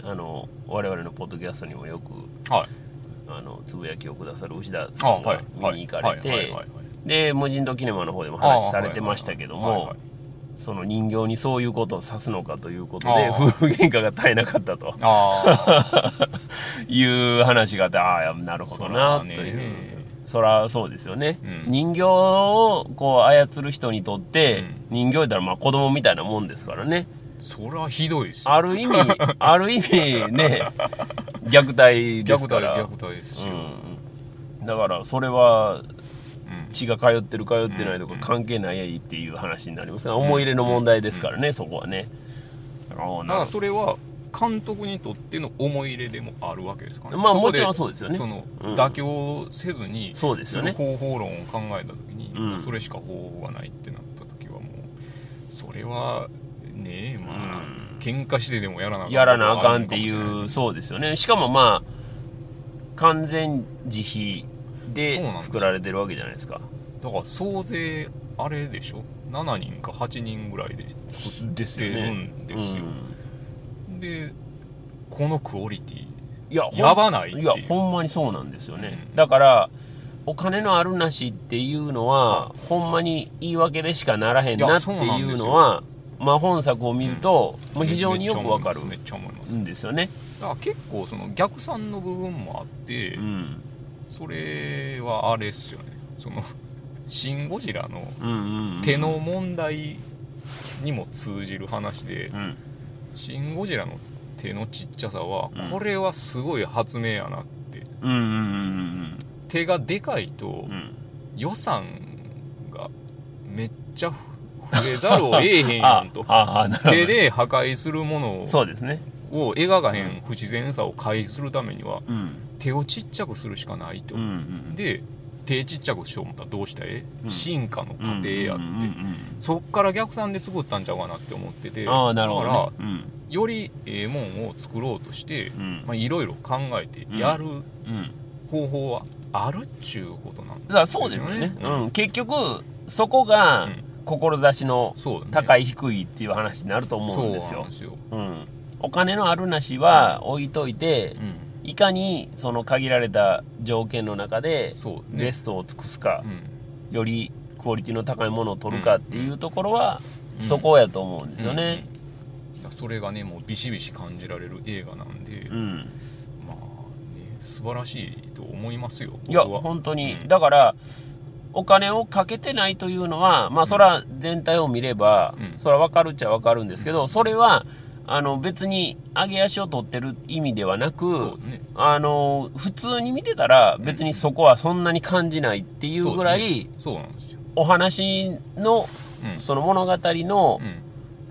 [SPEAKER 1] あの我々のポッドキャストにもよく
[SPEAKER 2] はい
[SPEAKER 1] あのつぶやきをくださる牛田
[SPEAKER 2] あ
[SPEAKER 1] さん
[SPEAKER 2] は
[SPEAKER 1] が
[SPEAKER 2] い
[SPEAKER 1] 見に行かれ
[SPEAKER 2] はいはい
[SPEAKER 1] て
[SPEAKER 2] はいはい
[SPEAKER 1] で無人島キネマの方でも
[SPEAKER 2] あー
[SPEAKER 1] 話されてましたけど
[SPEAKER 2] はいはいは
[SPEAKER 1] も
[SPEAKER 2] い
[SPEAKER 1] その人形にそういうことを指すのかということ
[SPEAKER 2] あ
[SPEAKER 1] で
[SPEAKER 2] ー
[SPEAKER 1] 夫 婦喧嘩が絶えなかったと。
[SPEAKER 2] あ
[SPEAKER 1] いう話があってああなるほどな
[SPEAKER 2] そ
[SPEAKER 1] と
[SPEAKER 2] らね
[SPEAKER 1] いうそらそうですよね、
[SPEAKER 2] うん
[SPEAKER 1] 人形をこう操る人にとって、
[SPEAKER 2] う
[SPEAKER 1] 人形やったらまあ子供みたいなもんですからね
[SPEAKER 2] ーそりゃひどいですよ
[SPEAKER 1] ある意味 ある意味ね虐待で
[SPEAKER 2] 虐
[SPEAKER 1] す
[SPEAKER 2] 待
[SPEAKER 1] から
[SPEAKER 2] 虐待ですよ、
[SPEAKER 1] うん、だからそれは
[SPEAKER 2] うん
[SPEAKER 1] 血が通ってる通ってないとか関係ないっていう話になりますが、思い入れの問題ですからね、そこはねああ
[SPEAKER 2] だか
[SPEAKER 1] な
[SPEAKER 2] ら
[SPEAKER 1] るほ
[SPEAKER 2] それは監督にとっての思い入れでもあるわけですから
[SPEAKER 1] どまあ
[SPEAKER 2] そこ
[SPEAKER 1] も
[SPEAKER 2] で
[SPEAKER 1] ちろんそうですよね
[SPEAKER 2] その、
[SPEAKER 1] うん
[SPEAKER 2] 妥協せずに
[SPEAKER 1] そうですよね
[SPEAKER 2] その方法論を考えた時に、
[SPEAKER 1] うん
[SPEAKER 2] それしか方法がないってなった時はもうそれはねえまあ、
[SPEAKER 1] うん
[SPEAKER 2] 喧嘩してでもやらなあかん
[SPEAKER 1] やらなあかんってい
[SPEAKER 2] ことはあるのかも
[SPEAKER 1] う
[SPEAKER 2] し
[SPEAKER 1] そうですよねしかもまあ完全自費
[SPEAKER 2] そうなんで
[SPEAKER 1] です作られてるわけじゃないですか
[SPEAKER 2] れないだから総勢あれでしょ7人か8人ぐらいで作
[SPEAKER 1] で
[SPEAKER 2] ってるんですよ、でこのクオリティ
[SPEAKER 1] いやほん
[SPEAKER 2] やばないっていう
[SPEAKER 1] いやほんまにそうなんですよね、
[SPEAKER 2] うん
[SPEAKER 1] だからお金のあるなしっていうのは、ほんまに言い訳でしかならへん
[SPEAKER 2] い
[SPEAKER 1] な
[SPEAKER 2] や
[SPEAKER 1] って
[SPEAKER 2] そうなん
[SPEAKER 1] い
[SPEAKER 2] で
[SPEAKER 1] う
[SPEAKER 2] す
[SPEAKER 1] の
[SPEAKER 2] よ
[SPEAKER 1] はまあ本作を見ると、もう非常によくわかる
[SPEAKER 2] めっちゃ思いますめっちゃ思います
[SPEAKER 1] んですよね
[SPEAKER 2] だから結構その逆算の部分もあって、
[SPEAKER 1] うん
[SPEAKER 2] それはあれっすよねその「シン・ゴジラ」の
[SPEAKER 1] うんうんうん
[SPEAKER 2] 手の問題にも通じる話で
[SPEAKER 1] うん
[SPEAKER 2] 「シン・ゴジラ」の手のちっちゃさは
[SPEAKER 1] うん
[SPEAKER 2] これはすごい発明やなって
[SPEAKER 1] うんうんうん
[SPEAKER 2] 手がでかいと
[SPEAKER 1] うんうん
[SPEAKER 2] 予算がめっちゃ増えざるを得えへんや
[SPEAKER 1] あ
[SPEAKER 2] んと
[SPEAKER 1] ああなるほど
[SPEAKER 2] 手で破壊するもの
[SPEAKER 1] そうですね
[SPEAKER 2] を描かへん不自然さを回避するためには
[SPEAKER 1] うん
[SPEAKER 2] 手をちっちゃくするしかないと
[SPEAKER 1] うんう。ん
[SPEAKER 2] で手ちっちゃくしよう思ったらどうしたらええ、
[SPEAKER 1] うん
[SPEAKER 2] 進化の過程やっ
[SPEAKER 1] うん
[SPEAKER 2] て、
[SPEAKER 1] うんうんうん
[SPEAKER 2] そっから逆算で作ったんちゃうかなって思ってて
[SPEAKER 1] ああなるほ
[SPEAKER 2] だ
[SPEAKER 1] ど
[SPEAKER 2] か
[SPEAKER 1] ね、うん
[SPEAKER 2] らよりええもんを作ろうとして
[SPEAKER 1] うん
[SPEAKER 2] まあいろいろ考えてやる
[SPEAKER 1] うん、
[SPEAKER 2] 方法はあるっちゅうことなん
[SPEAKER 1] だからそうですよね
[SPEAKER 2] ですよね
[SPEAKER 1] うん、結局そこが
[SPEAKER 2] うん
[SPEAKER 1] 志の
[SPEAKER 2] そうだね
[SPEAKER 1] 高
[SPEAKER 2] い
[SPEAKER 1] い低いっていう話になると思うんです
[SPEAKER 2] そう
[SPEAKER 1] よ
[SPEAKER 2] なん、ですよ、
[SPEAKER 1] うん、お金のあるなしは置いといて
[SPEAKER 2] うん
[SPEAKER 1] いかにその限られた条件の中で
[SPEAKER 2] そうね
[SPEAKER 1] ベストを尽くすか
[SPEAKER 2] う、ん
[SPEAKER 1] よりクオリティの高いものを取るかっていうところは、
[SPEAKER 2] うん
[SPEAKER 1] そこやと思うんですよね。
[SPEAKER 2] うんいやそれがねもうビシビシ感じられる映画なんで、
[SPEAKER 1] うん
[SPEAKER 2] まあね素晴らしいと思いますよ
[SPEAKER 1] いや
[SPEAKER 2] 僕は
[SPEAKER 1] 本当に、
[SPEAKER 2] うん
[SPEAKER 1] だからお金をかけてないというのはまあそれは全体を見れば、
[SPEAKER 2] うん
[SPEAKER 1] それは分かるっちゃ分かるんですけど、それはあの別に上げ足を取ってる意味ではな
[SPEAKER 2] そ
[SPEAKER 1] く
[SPEAKER 2] うね
[SPEAKER 1] あの普通に見てたら別にそこはそんなに感じないっていうぐらい、
[SPEAKER 2] そうねそうなんですよ、
[SPEAKER 1] お話の
[SPEAKER 2] うん
[SPEAKER 1] その物語の
[SPEAKER 2] うん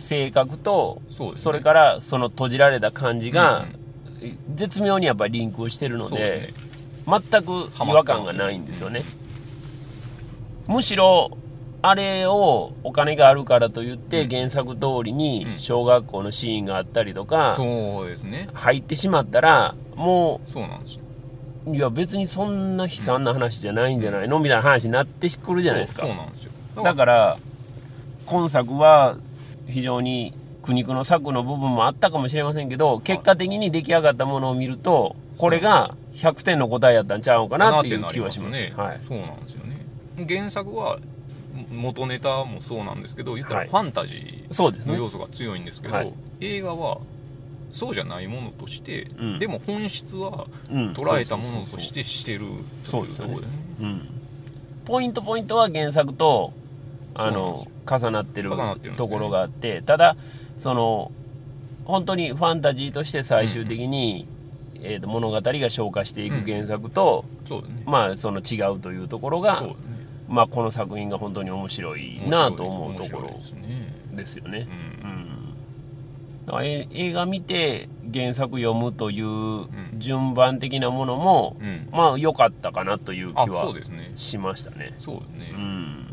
[SPEAKER 1] 性格と、
[SPEAKER 2] そうですね
[SPEAKER 1] それからその閉じられた感じが
[SPEAKER 2] うん、
[SPEAKER 1] 絶妙にやっぱりリンクをしてるの
[SPEAKER 2] そうね
[SPEAKER 1] で、全く違和感がないんですよね、むしろあれをお金があるからといって
[SPEAKER 2] うん
[SPEAKER 1] 原作通りに
[SPEAKER 2] うん
[SPEAKER 1] 小学校のシーンがあったりとか、
[SPEAKER 2] そうですね
[SPEAKER 1] 入ってしまったらも
[SPEAKER 2] そうなんですよ
[SPEAKER 1] ういや別にそんな悲惨な話じゃないんじゃないのみたいな話になってくるじゃないですか
[SPEAKER 2] そうそうなんですよ
[SPEAKER 1] だから今作は非常に苦肉の策の部分もあったかもしれませんけど結果的に出来上がったものを見るとこれが100点の答えやったんちゃうのかなっていう気はします
[SPEAKER 2] ね、
[SPEAKER 1] はい
[SPEAKER 2] そうなんですよね原作は元ネタもそうなんですけど言った
[SPEAKER 1] は
[SPEAKER 2] ら
[SPEAKER 1] い
[SPEAKER 2] ファンタジ
[SPEAKER 1] そうです
[SPEAKER 2] ーの
[SPEAKER 1] ね
[SPEAKER 2] 要素が強いんですけど、
[SPEAKER 1] はい
[SPEAKER 2] 映画はそうじゃないものとして、
[SPEAKER 1] うん
[SPEAKER 2] でも本質は
[SPEAKER 1] うん
[SPEAKER 2] 捉えたものとし
[SPEAKER 1] そう
[SPEAKER 2] てしてる
[SPEAKER 1] そうそうそう
[SPEAKER 2] といところね
[SPEAKER 1] そうそううんポイントポイントは原作とあ
[SPEAKER 2] そう
[SPEAKER 1] の重なってる
[SPEAKER 2] 重なってるんです
[SPEAKER 1] と
[SPEAKER 2] ね
[SPEAKER 1] ころがあってただその本当にファンタジーとして最終的に、えーと物語が消化していく原作と、
[SPEAKER 2] そうだね
[SPEAKER 1] まあその違うというところ
[SPEAKER 2] そう
[SPEAKER 1] が
[SPEAKER 2] だね
[SPEAKER 1] まあ、この作品が本当に面白いなあと思うとこ
[SPEAKER 2] 面白い
[SPEAKER 1] ろ
[SPEAKER 2] ですね
[SPEAKER 1] ですよ
[SPEAKER 2] う
[SPEAKER 1] ね。うんん、だからえ映画見て原作読むという
[SPEAKER 2] うん
[SPEAKER 1] 順番的なものも、
[SPEAKER 2] うん
[SPEAKER 1] まあ良かったかなという気
[SPEAKER 2] あそう
[SPEAKER 1] は
[SPEAKER 2] ですね
[SPEAKER 1] しましたね。
[SPEAKER 2] そうだね、
[SPEAKER 1] うん、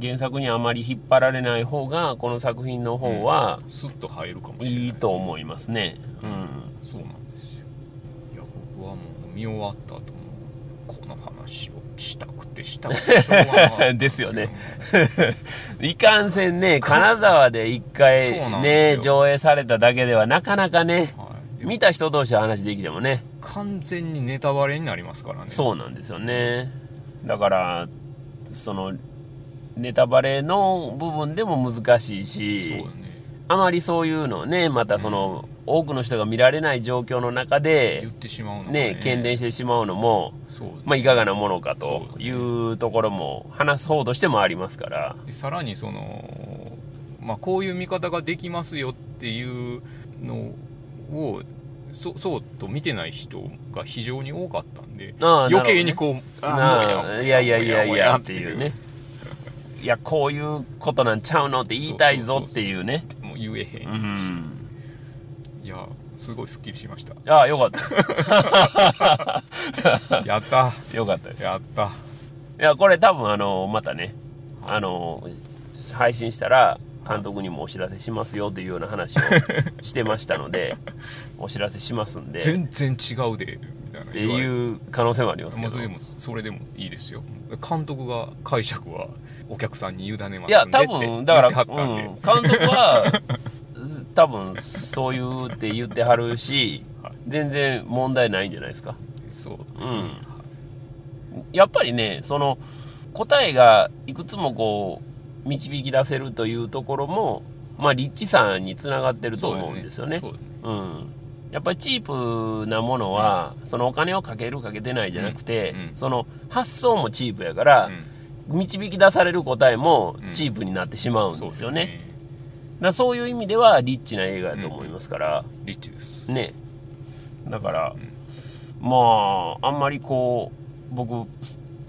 [SPEAKER 1] 原作にあまり引っ張られない方がこの作品の方は
[SPEAKER 2] スッと入るかもしれない
[SPEAKER 1] いいと思いますね。う
[SPEAKER 2] うん
[SPEAKER 1] ん、
[SPEAKER 2] そうなんですよいや僕はもう見終わった後もこの話をしたくてしたくてしょうがなかっ た
[SPEAKER 1] ですよねいかんせんね金沢で一回
[SPEAKER 2] そうなんで
[SPEAKER 1] ね
[SPEAKER 2] すよ
[SPEAKER 1] 上映されただけではなかなかね
[SPEAKER 2] はいで
[SPEAKER 1] 見た人同士は話できてもね
[SPEAKER 2] 完全にネタバレになりますからね
[SPEAKER 1] そうなんですよねだからそのネタバレの部分でも難しい
[SPEAKER 2] そう
[SPEAKER 1] し
[SPEAKER 2] だね
[SPEAKER 1] あまりそういうのをねまたその、多くの人が見られない状況の中
[SPEAKER 2] 言
[SPEAKER 1] で
[SPEAKER 2] ってしまうのが
[SPEAKER 1] ね喧伝してしまうのも、
[SPEAKER 2] そうだね
[SPEAKER 1] まあ、いかがなものかと
[SPEAKER 2] そうですね
[SPEAKER 1] いうところも話す方としてもありますから
[SPEAKER 2] でさらにその、まあ、こういう見方ができますよっていうのをそそうと見てない人が非常に多かったんで
[SPEAKER 1] ああ
[SPEAKER 2] 余計にこう
[SPEAKER 1] なあいやいやいやい
[SPEAKER 2] も
[SPEAKER 1] や
[SPEAKER 2] も
[SPEAKER 1] っていうねいやこういうことなんちゃうのって言いたいぞっていうね
[SPEAKER 2] もう言えへ
[SPEAKER 1] うん
[SPEAKER 2] し、
[SPEAKER 1] ん
[SPEAKER 2] いやすごいすっきりしました
[SPEAKER 1] ああよかったで
[SPEAKER 2] やった
[SPEAKER 1] すよかったです
[SPEAKER 2] や った
[SPEAKER 1] いやこれ多分あのまたねあの配信したら監督にもお知らせしますよっていうような話をしてましたの でお知らせしますんでっ
[SPEAKER 2] 全然違うでみたいな
[SPEAKER 1] て
[SPEAKER 2] 言われ
[SPEAKER 1] いう可能性もありますけ
[SPEAKER 2] まあ
[SPEAKER 1] ど
[SPEAKER 2] それで
[SPEAKER 1] い
[SPEAKER 2] もそれでもいいですよ監督が解釈はお客さんに委ねますんで
[SPEAKER 1] や
[SPEAKER 2] って
[SPEAKER 1] 多分だ
[SPEAKER 2] 言
[SPEAKER 1] か
[SPEAKER 2] って
[SPEAKER 1] ら、
[SPEAKER 2] は
[SPEAKER 1] う
[SPEAKER 2] ったん
[SPEAKER 1] ん
[SPEAKER 2] で、、
[SPEAKER 1] 監督 は多分そういうって言ってはるし
[SPEAKER 2] はい
[SPEAKER 1] 全然問題ないんじゃないですか
[SPEAKER 2] そうですね、
[SPEAKER 1] やっぱりねその答えがいくつもこう導き出せるというところもまあリッチさにつながってると思うんですよね
[SPEAKER 2] そうだね
[SPEAKER 1] うん、やっぱりチープなものは、そのお金をかけるかけてないじゃなくて、
[SPEAKER 2] うんうん
[SPEAKER 1] その発想もチープやから、導き出される答えも
[SPEAKER 2] うん
[SPEAKER 1] チープになってしま
[SPEAKER 2] そううんそう
[SPEAKER 1] ですよね,、だからそういう意味ではリッチな映画やと思いますから、
[SPEAKER 2] リッチです、
[SPEAKER 1] ねだから、
[SPEAKER 2] ん
[SPEAKER 1] まああんまりこう僕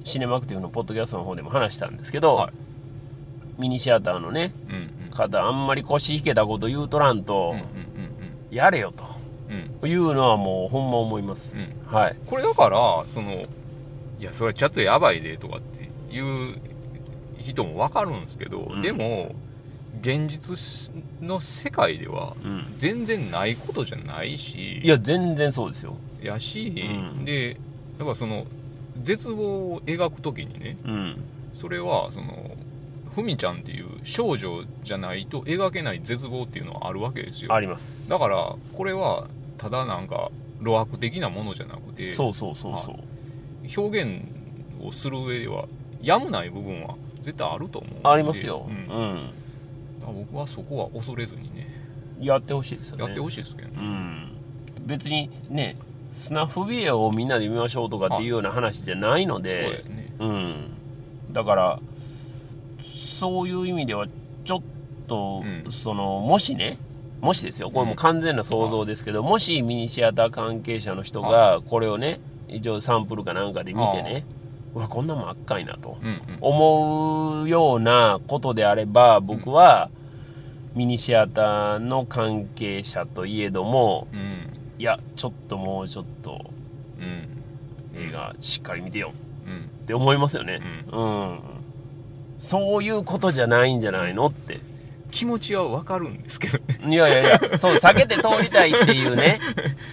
[SPEAKER 1] シネマクティブのポッドキャストの方でも話したんですけど、
[SPEAKER 2] はい
[SPEAKER 1] ミニシアターのね
[SPEAKER 2] うんうん
[SPEAKER 1] 方あんまり腰引けたこと言うとらん
[SPEAKER 2] う
[SPEAKER 1] と
[SPEAKER 2] ん、う
[SPEAKER 1] やれよと。
[SPEAKER 2] んうんうん
[SPEAKER 1] いうのはもうほんま思います
[SPEAKER 2] う、んうん
[SPEAKER 1] はい
[SPEAKER 2] これだからそのいやそれちょっとやばいでとかっていう人もわかるんですけど、
[SPEAKER 1] うん
[SPEAKER 2] でも現実の世界では
[SPEAKER 1] うん
[SPEAKER 2] 全然ないことじゃないし
[SPEAKER 1] いや全然そうですよ
[SPEAKER 2] やし、
[SPEAKER 1] うん
[SPEAKER 2] でだからその絶望を描く時にね
[SPEAKER 1] うん
[SPEAKER 2] それはそのふみちゃんっていう少女じゃないと描けない絶望っていうのはあるわけですよ
[SPEAKER 1] あります
[SPEAKER 2] だからこれはただなんか露白的なものじゃなくて
[SPEAKER 1] そうそうそうそう、
[SPEAKER 2] 表現をする上ではやむない部分は絶対あると思うんで
[SPEAKER 1] ありますよ、
[SPEAKER 2] う
[SPEAKER 1] うんん
[SPEAKER 2] 僕はそこは恐れずにね
[SPEAKER 1] やってほしいですよね
[SPEAKER 2] やってほしいですけどね
[SPEAKER 1] うん、別にねスナフビデオをみんなで見ましょうとかっていうような話じゃないの
[SPEAKER 2] そう
[SPEAKER 1] で
[SPEAKER 2] ですね
[SPEAKER 1] うん、だからそういう意味ではちょっと、
[SPEAKER 2] うん
[SPEAKER 1] そのもしねもしですよこれもう完全な想像ですけど、もしミニシアター関係者の人がこれをね一応サンプルかなんかで見てねうわこんなもんあっかいなと
[SPEAKER 2] うんうん
[SPEAKER 1] 思うようなことであれば僕はミニシアターの関係者といえども
[SPEAKER 2] うん
[SPEAKER 1] いやちょっともうちょっと
[SPEAKER 2] うん
[SPEAKER 1] 映画しっかり見てよ
[SPEAKER 2] うん
[SPEAKER 1] って思いますよねうん、そういうことじゃないんじゃないのって
[SPEAKER 2] 気持ちはわかるんですけどね
[SPEAKER 1] いやいやいやそう避けて通りたいっていう ね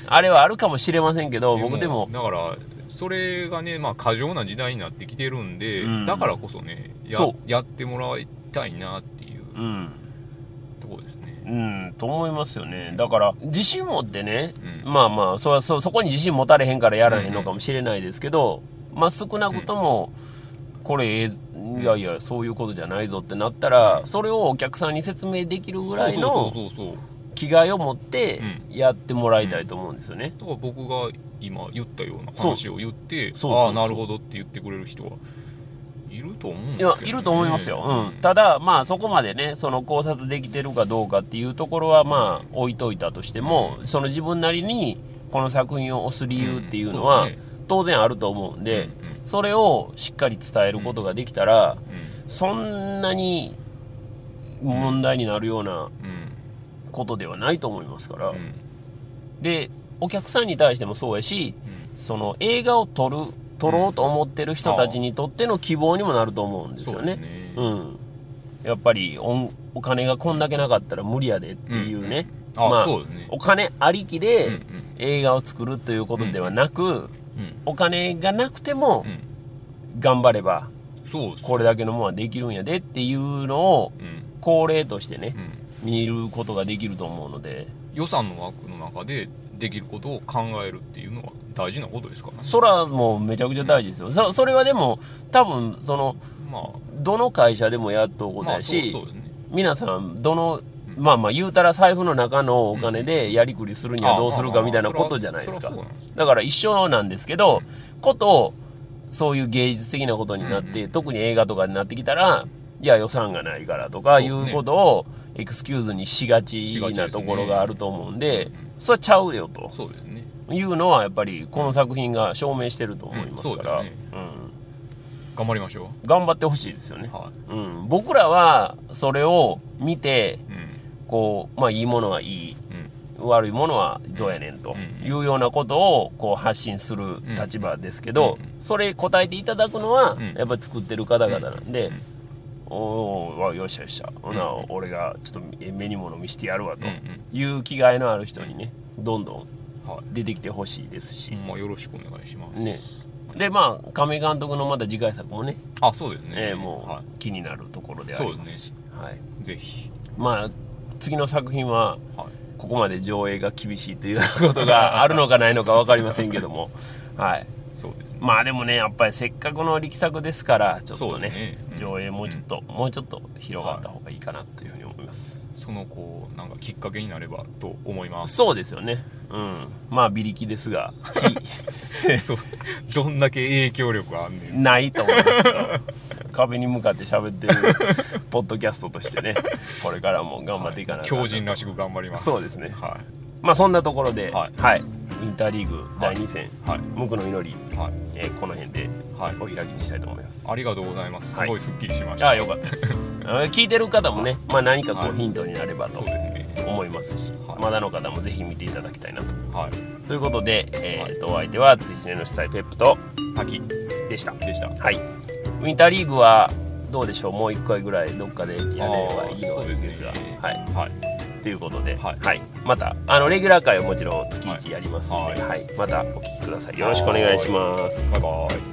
[SPEAKER 1] あれはあるかもしれませんけど 僕でも
[SPEAKER 2] だからそれがねまあ過剰な時代になってきてるんで、
[SPEAKER 1] うん
[SPEAKER 2] だからこそねや
[SPEAKER 1] そ
[SPEAKER 2] やってもらいたいなっていう
[SPEAKER 1] うん
[SPEAKER 2] ところですね
[SPEAKER 1] うんと思いますよねだから自信持ってね
[SPEAKER 2] うん
[SPEAKER 1] まあまあそそそこに自信持たれへんからやらへんのかもしれないですけど、まあ少なくとも、これえーいやいやそういうことじゃないぞってなったら、それをお客さんに説明できるぐらいの
[SPEAKER 2] そうそうそうそう
[SPEAKER 1] 気概を持って
[SPEAKER 2] う
[SPEAKER 1] やってもらいたいと思うんですよね。
[SPEAKER 2] だから僕が今言ったような話を言って
[SPEAKER 1] そうそうそう
[SPEAKER 2] ああなるほどって言ってくれる人はいると思うんです
[SPEAKER 1] い
[SPEAKER 2] けど
[SPEAKER 1] や
[SPEAKER 2] ね、
[SPEAKER 1] いると思いますよ、うん、た
[SPEAKER 2] だ
[SPEAKER 1] だ、まあ、そこまでねその考察できてるかどうかっていうところは、まあ、置いといたとしても、その自分なりにこの作品を推す理由っていうのは、
[SPEAKER 2] うんそうね
[SPEAKER 1] 当然あると思うんで、
[SPEAKER 2] うんうん
[SPEAKER 1] それをしっかり伝えることができたら、そんなに問題になるような
[SPEAKER 2] うんうん
[SPEAKER 1] ことではないと思いますから、
[SPEAKER 2] うん
[SPEAKER 1] でお客さんに対してもそうやしその映画を撮る撮ろうと思ってる人たちにとっての希望にもなると思うんですよね。
[SPEAKER 2] そう
[SPEAKER 1] う
[SPEAKER 2] ね
[SPEAKER 1] ん、やっぱりおお金がこんだけなかったら無理やでっていうね、
[SPEAKER 2] あ、
[SPEAKER 1] まあ
[SPEAKER 2] そうですね
[SPEAKER 1] お金ありき
[SPEAKER 2] うんう
[SPEAKER 1] で
[SPEAKER 2] ん
[SPEAKER 1] 映画を作るということではなく、
[SPEAKER 2] うん
[SPEAKER 1] お金がなくても
[SPEAKER 2] うん
[SPEAKER 1] 頑張れば
[SPEAKER 2] そうです
[SPEAKER 1] これだけのものはできるんやでっていうのを
[SPEAKER 2] うん
[SPEAKER 1] 恒例としてね
[SPEAKER 2] う、ん
[SPEAKER 1] 見ることができると思うので
[SPEAKER 2] 予算の枠の中でできることを考えるっていうのは大事なことですからね
[SPEAKER 1] それはもうめちゃくちゃ大事ですよそそれはでも多分その
[SPEAKER 2] まあ
[SPEAKER 1] どの会社でもやっとうこと
[SPEAKER 2] まあ
[SPEAKER 1] や
[SPEAKER 2] そう
[SPEAKER 1] し、
[SPEAKER 2] そうですね
[SPEAKER 1] 皆さんどのまあまあ言うたら財布の中のお金でやりくりするにはどうするかみたいなことじゃないです
[SPEAKER 2] あ
[SPEAKER 1] か
[SPEAKER 2] まあまあそれはそれはそうなんです
[SPEAKER 1] だから一緒なんですけどことそういう芸術的なことになっ
[SPEAKER 2] うんう
[SPEAKER 1] て
[SPEAKER 2] ん
[SPEAKER 1] 特に映画とかになってきたらいや予算がないからとか
[SPEAKER 2] そ
[SPEAKER 1] いう
[SPEAKER 2] ね
[SPEAKER 1] うことをエクスキューズにしがち
[SPEAKER 2] しがちです
[SPEAKER 1] な
[SPEAKER 2] ね
[SPEAKER 1] ところがあると思うんでそれはちゃうよと
[SPEAKER 2] そうですね
[SPEAKER 1] いうのはやっぱりこの作品が証明してると思いますから、
[SPEAKER 2] う
[SPEAKER 1] うんん
[SPEAKER 2] そう頑張りましょ
[SPEAKER 1] 頑張ってほしいですよね
[SPEAKER 2] う、は
[SPEAKER 1] うん、僕らはそれを見て
[SPEAKER 2] いうん
[SPEAKER 1] こう、まあ、いいものはいい
[SPEAKER 2] うん
[SPEAKER 1] 悪いものはどうやねんと
[SPEAKER 2] うん
[SPEAKER 1] いうようなことをこう発信する立場ですけど
[SPEAKER 2] う
[SPEAKER 1] それ答えていただくのは
[SPEAKER 2] うん
[SPEAKER 1] やっぱり作ってる方々なんで
[SPEAKER 2] ん
[SPEAKER 1] 「おーおーよっしゃよっしゃほな俺がちょっと目に物見してやるわ」と
[SPEAKER 2] うんうん
[SPEAKER 1] いう気概のある人にねどんどん
[SPEAKER 2] はい
[SPEAKER 1] 出てきてほしいですし
[SPEAKER 2] まあよろしくお願いします
[SPEAKER 1] ねでまあ亀井監督のまた次回作もね
[SPEAKER 2] あそうですね
[SPEAKER 1] えーも
[SPEAKER 2] は
[SPEAKER 1] う気になるところでありますしはい
[SPEAKER 2] いぜひ
[SPEAKER 1] まあ次の作品は
[SPEAKER 2] はい
[SPEAKER 1] ここまで上映が厳しいというようなことがあるのかないのか分かりませんけど も、はい、
[SPEAKER 2] そうですね
[SPEAKER 1] まあでもねやっぱりせっかくの力作ですからちょっとね
[SPEAKER 2] そうねうん
[SPEAKER 1] 上映もうちょっと、もうちょっと広がった方がいいかなというふうに思います、
[SPEAKER 2] そのこうなんかきっかけになればと思います
[SPEAKER 1] そう
[SPEAKER 2] す
[SPEAKER 1] ですよねうんまあ微力ですが
[SPEAKER 2] そうどんだけ影響力があんね ん
[SPEAKER 1] ないと思いますけど壁に向かって喋ってるポッドキャストとして ねこれからも頑張っていかない
[SPEAKER 2] 強靭らしく頑張ります
[SPEAKER 1] そうですね
[SPEAKER 2] は
[SPEAKER 1] まあそんなところで、
[SPEAKER 2] はい
[SPEAKER 1] インターリーグ第2戦、
[SPEAKER 2] いはい
[SPEAKER 1] 無垢の祈り、
[SPEAKER 2] はい
[SPEAKER 1] えーこの辺で
[SPEAKER 2] はい
[SPEAKER 1] お開きにしたいと思います
[SPEAKER 2] ありがとうございますす
[SPEAKER 1] はい
[SPEAKER 2] ごいすっきりしました
[SPEAKER 1] ああよかった ですあの聞いてる方もね、まあ、何かこ
[SPEAKER 2] は
[SPEAKER 1] う
[SPEAKER 2] い
[SPEAKER 1] ヒントになれば
[SPEAKER 2] そ
[SPEAKER 1] と
[SPEAKER 2] うですね
[SPEAKER 1] 思いますし、
[SPEAKER 2] はい
[SPEAKER 1] まだの方もぜひ見ていただきたいなと
[SPEAKER 2] はい
[SPEAKER 1] ということで、えー、とお相手は月一年の主催ペップと
[SPEAKER 2] 滝
[SPEAKER 1] でした
[SPEAKER 2] でした
[SPEAKER 1] はいウィンターリーグはどうでしょうもう1回ぐらいどっかでやれればいいの
[SPEAKER 2] あーそうですね
[SPEAKER 1] ですがはい
[SPEAKER 2] はい
[SPEAKER 1] ということで、
[SPEAKER 2] は
[SPEAKER 1] はいいまたあのレギュラー回はもちろん月1やりますので、
[SPEAKER 2] は
[SPEAKER 1] はいいまたお聞きくださいよろしくお願いします
[SPEAKER 2] バイバイ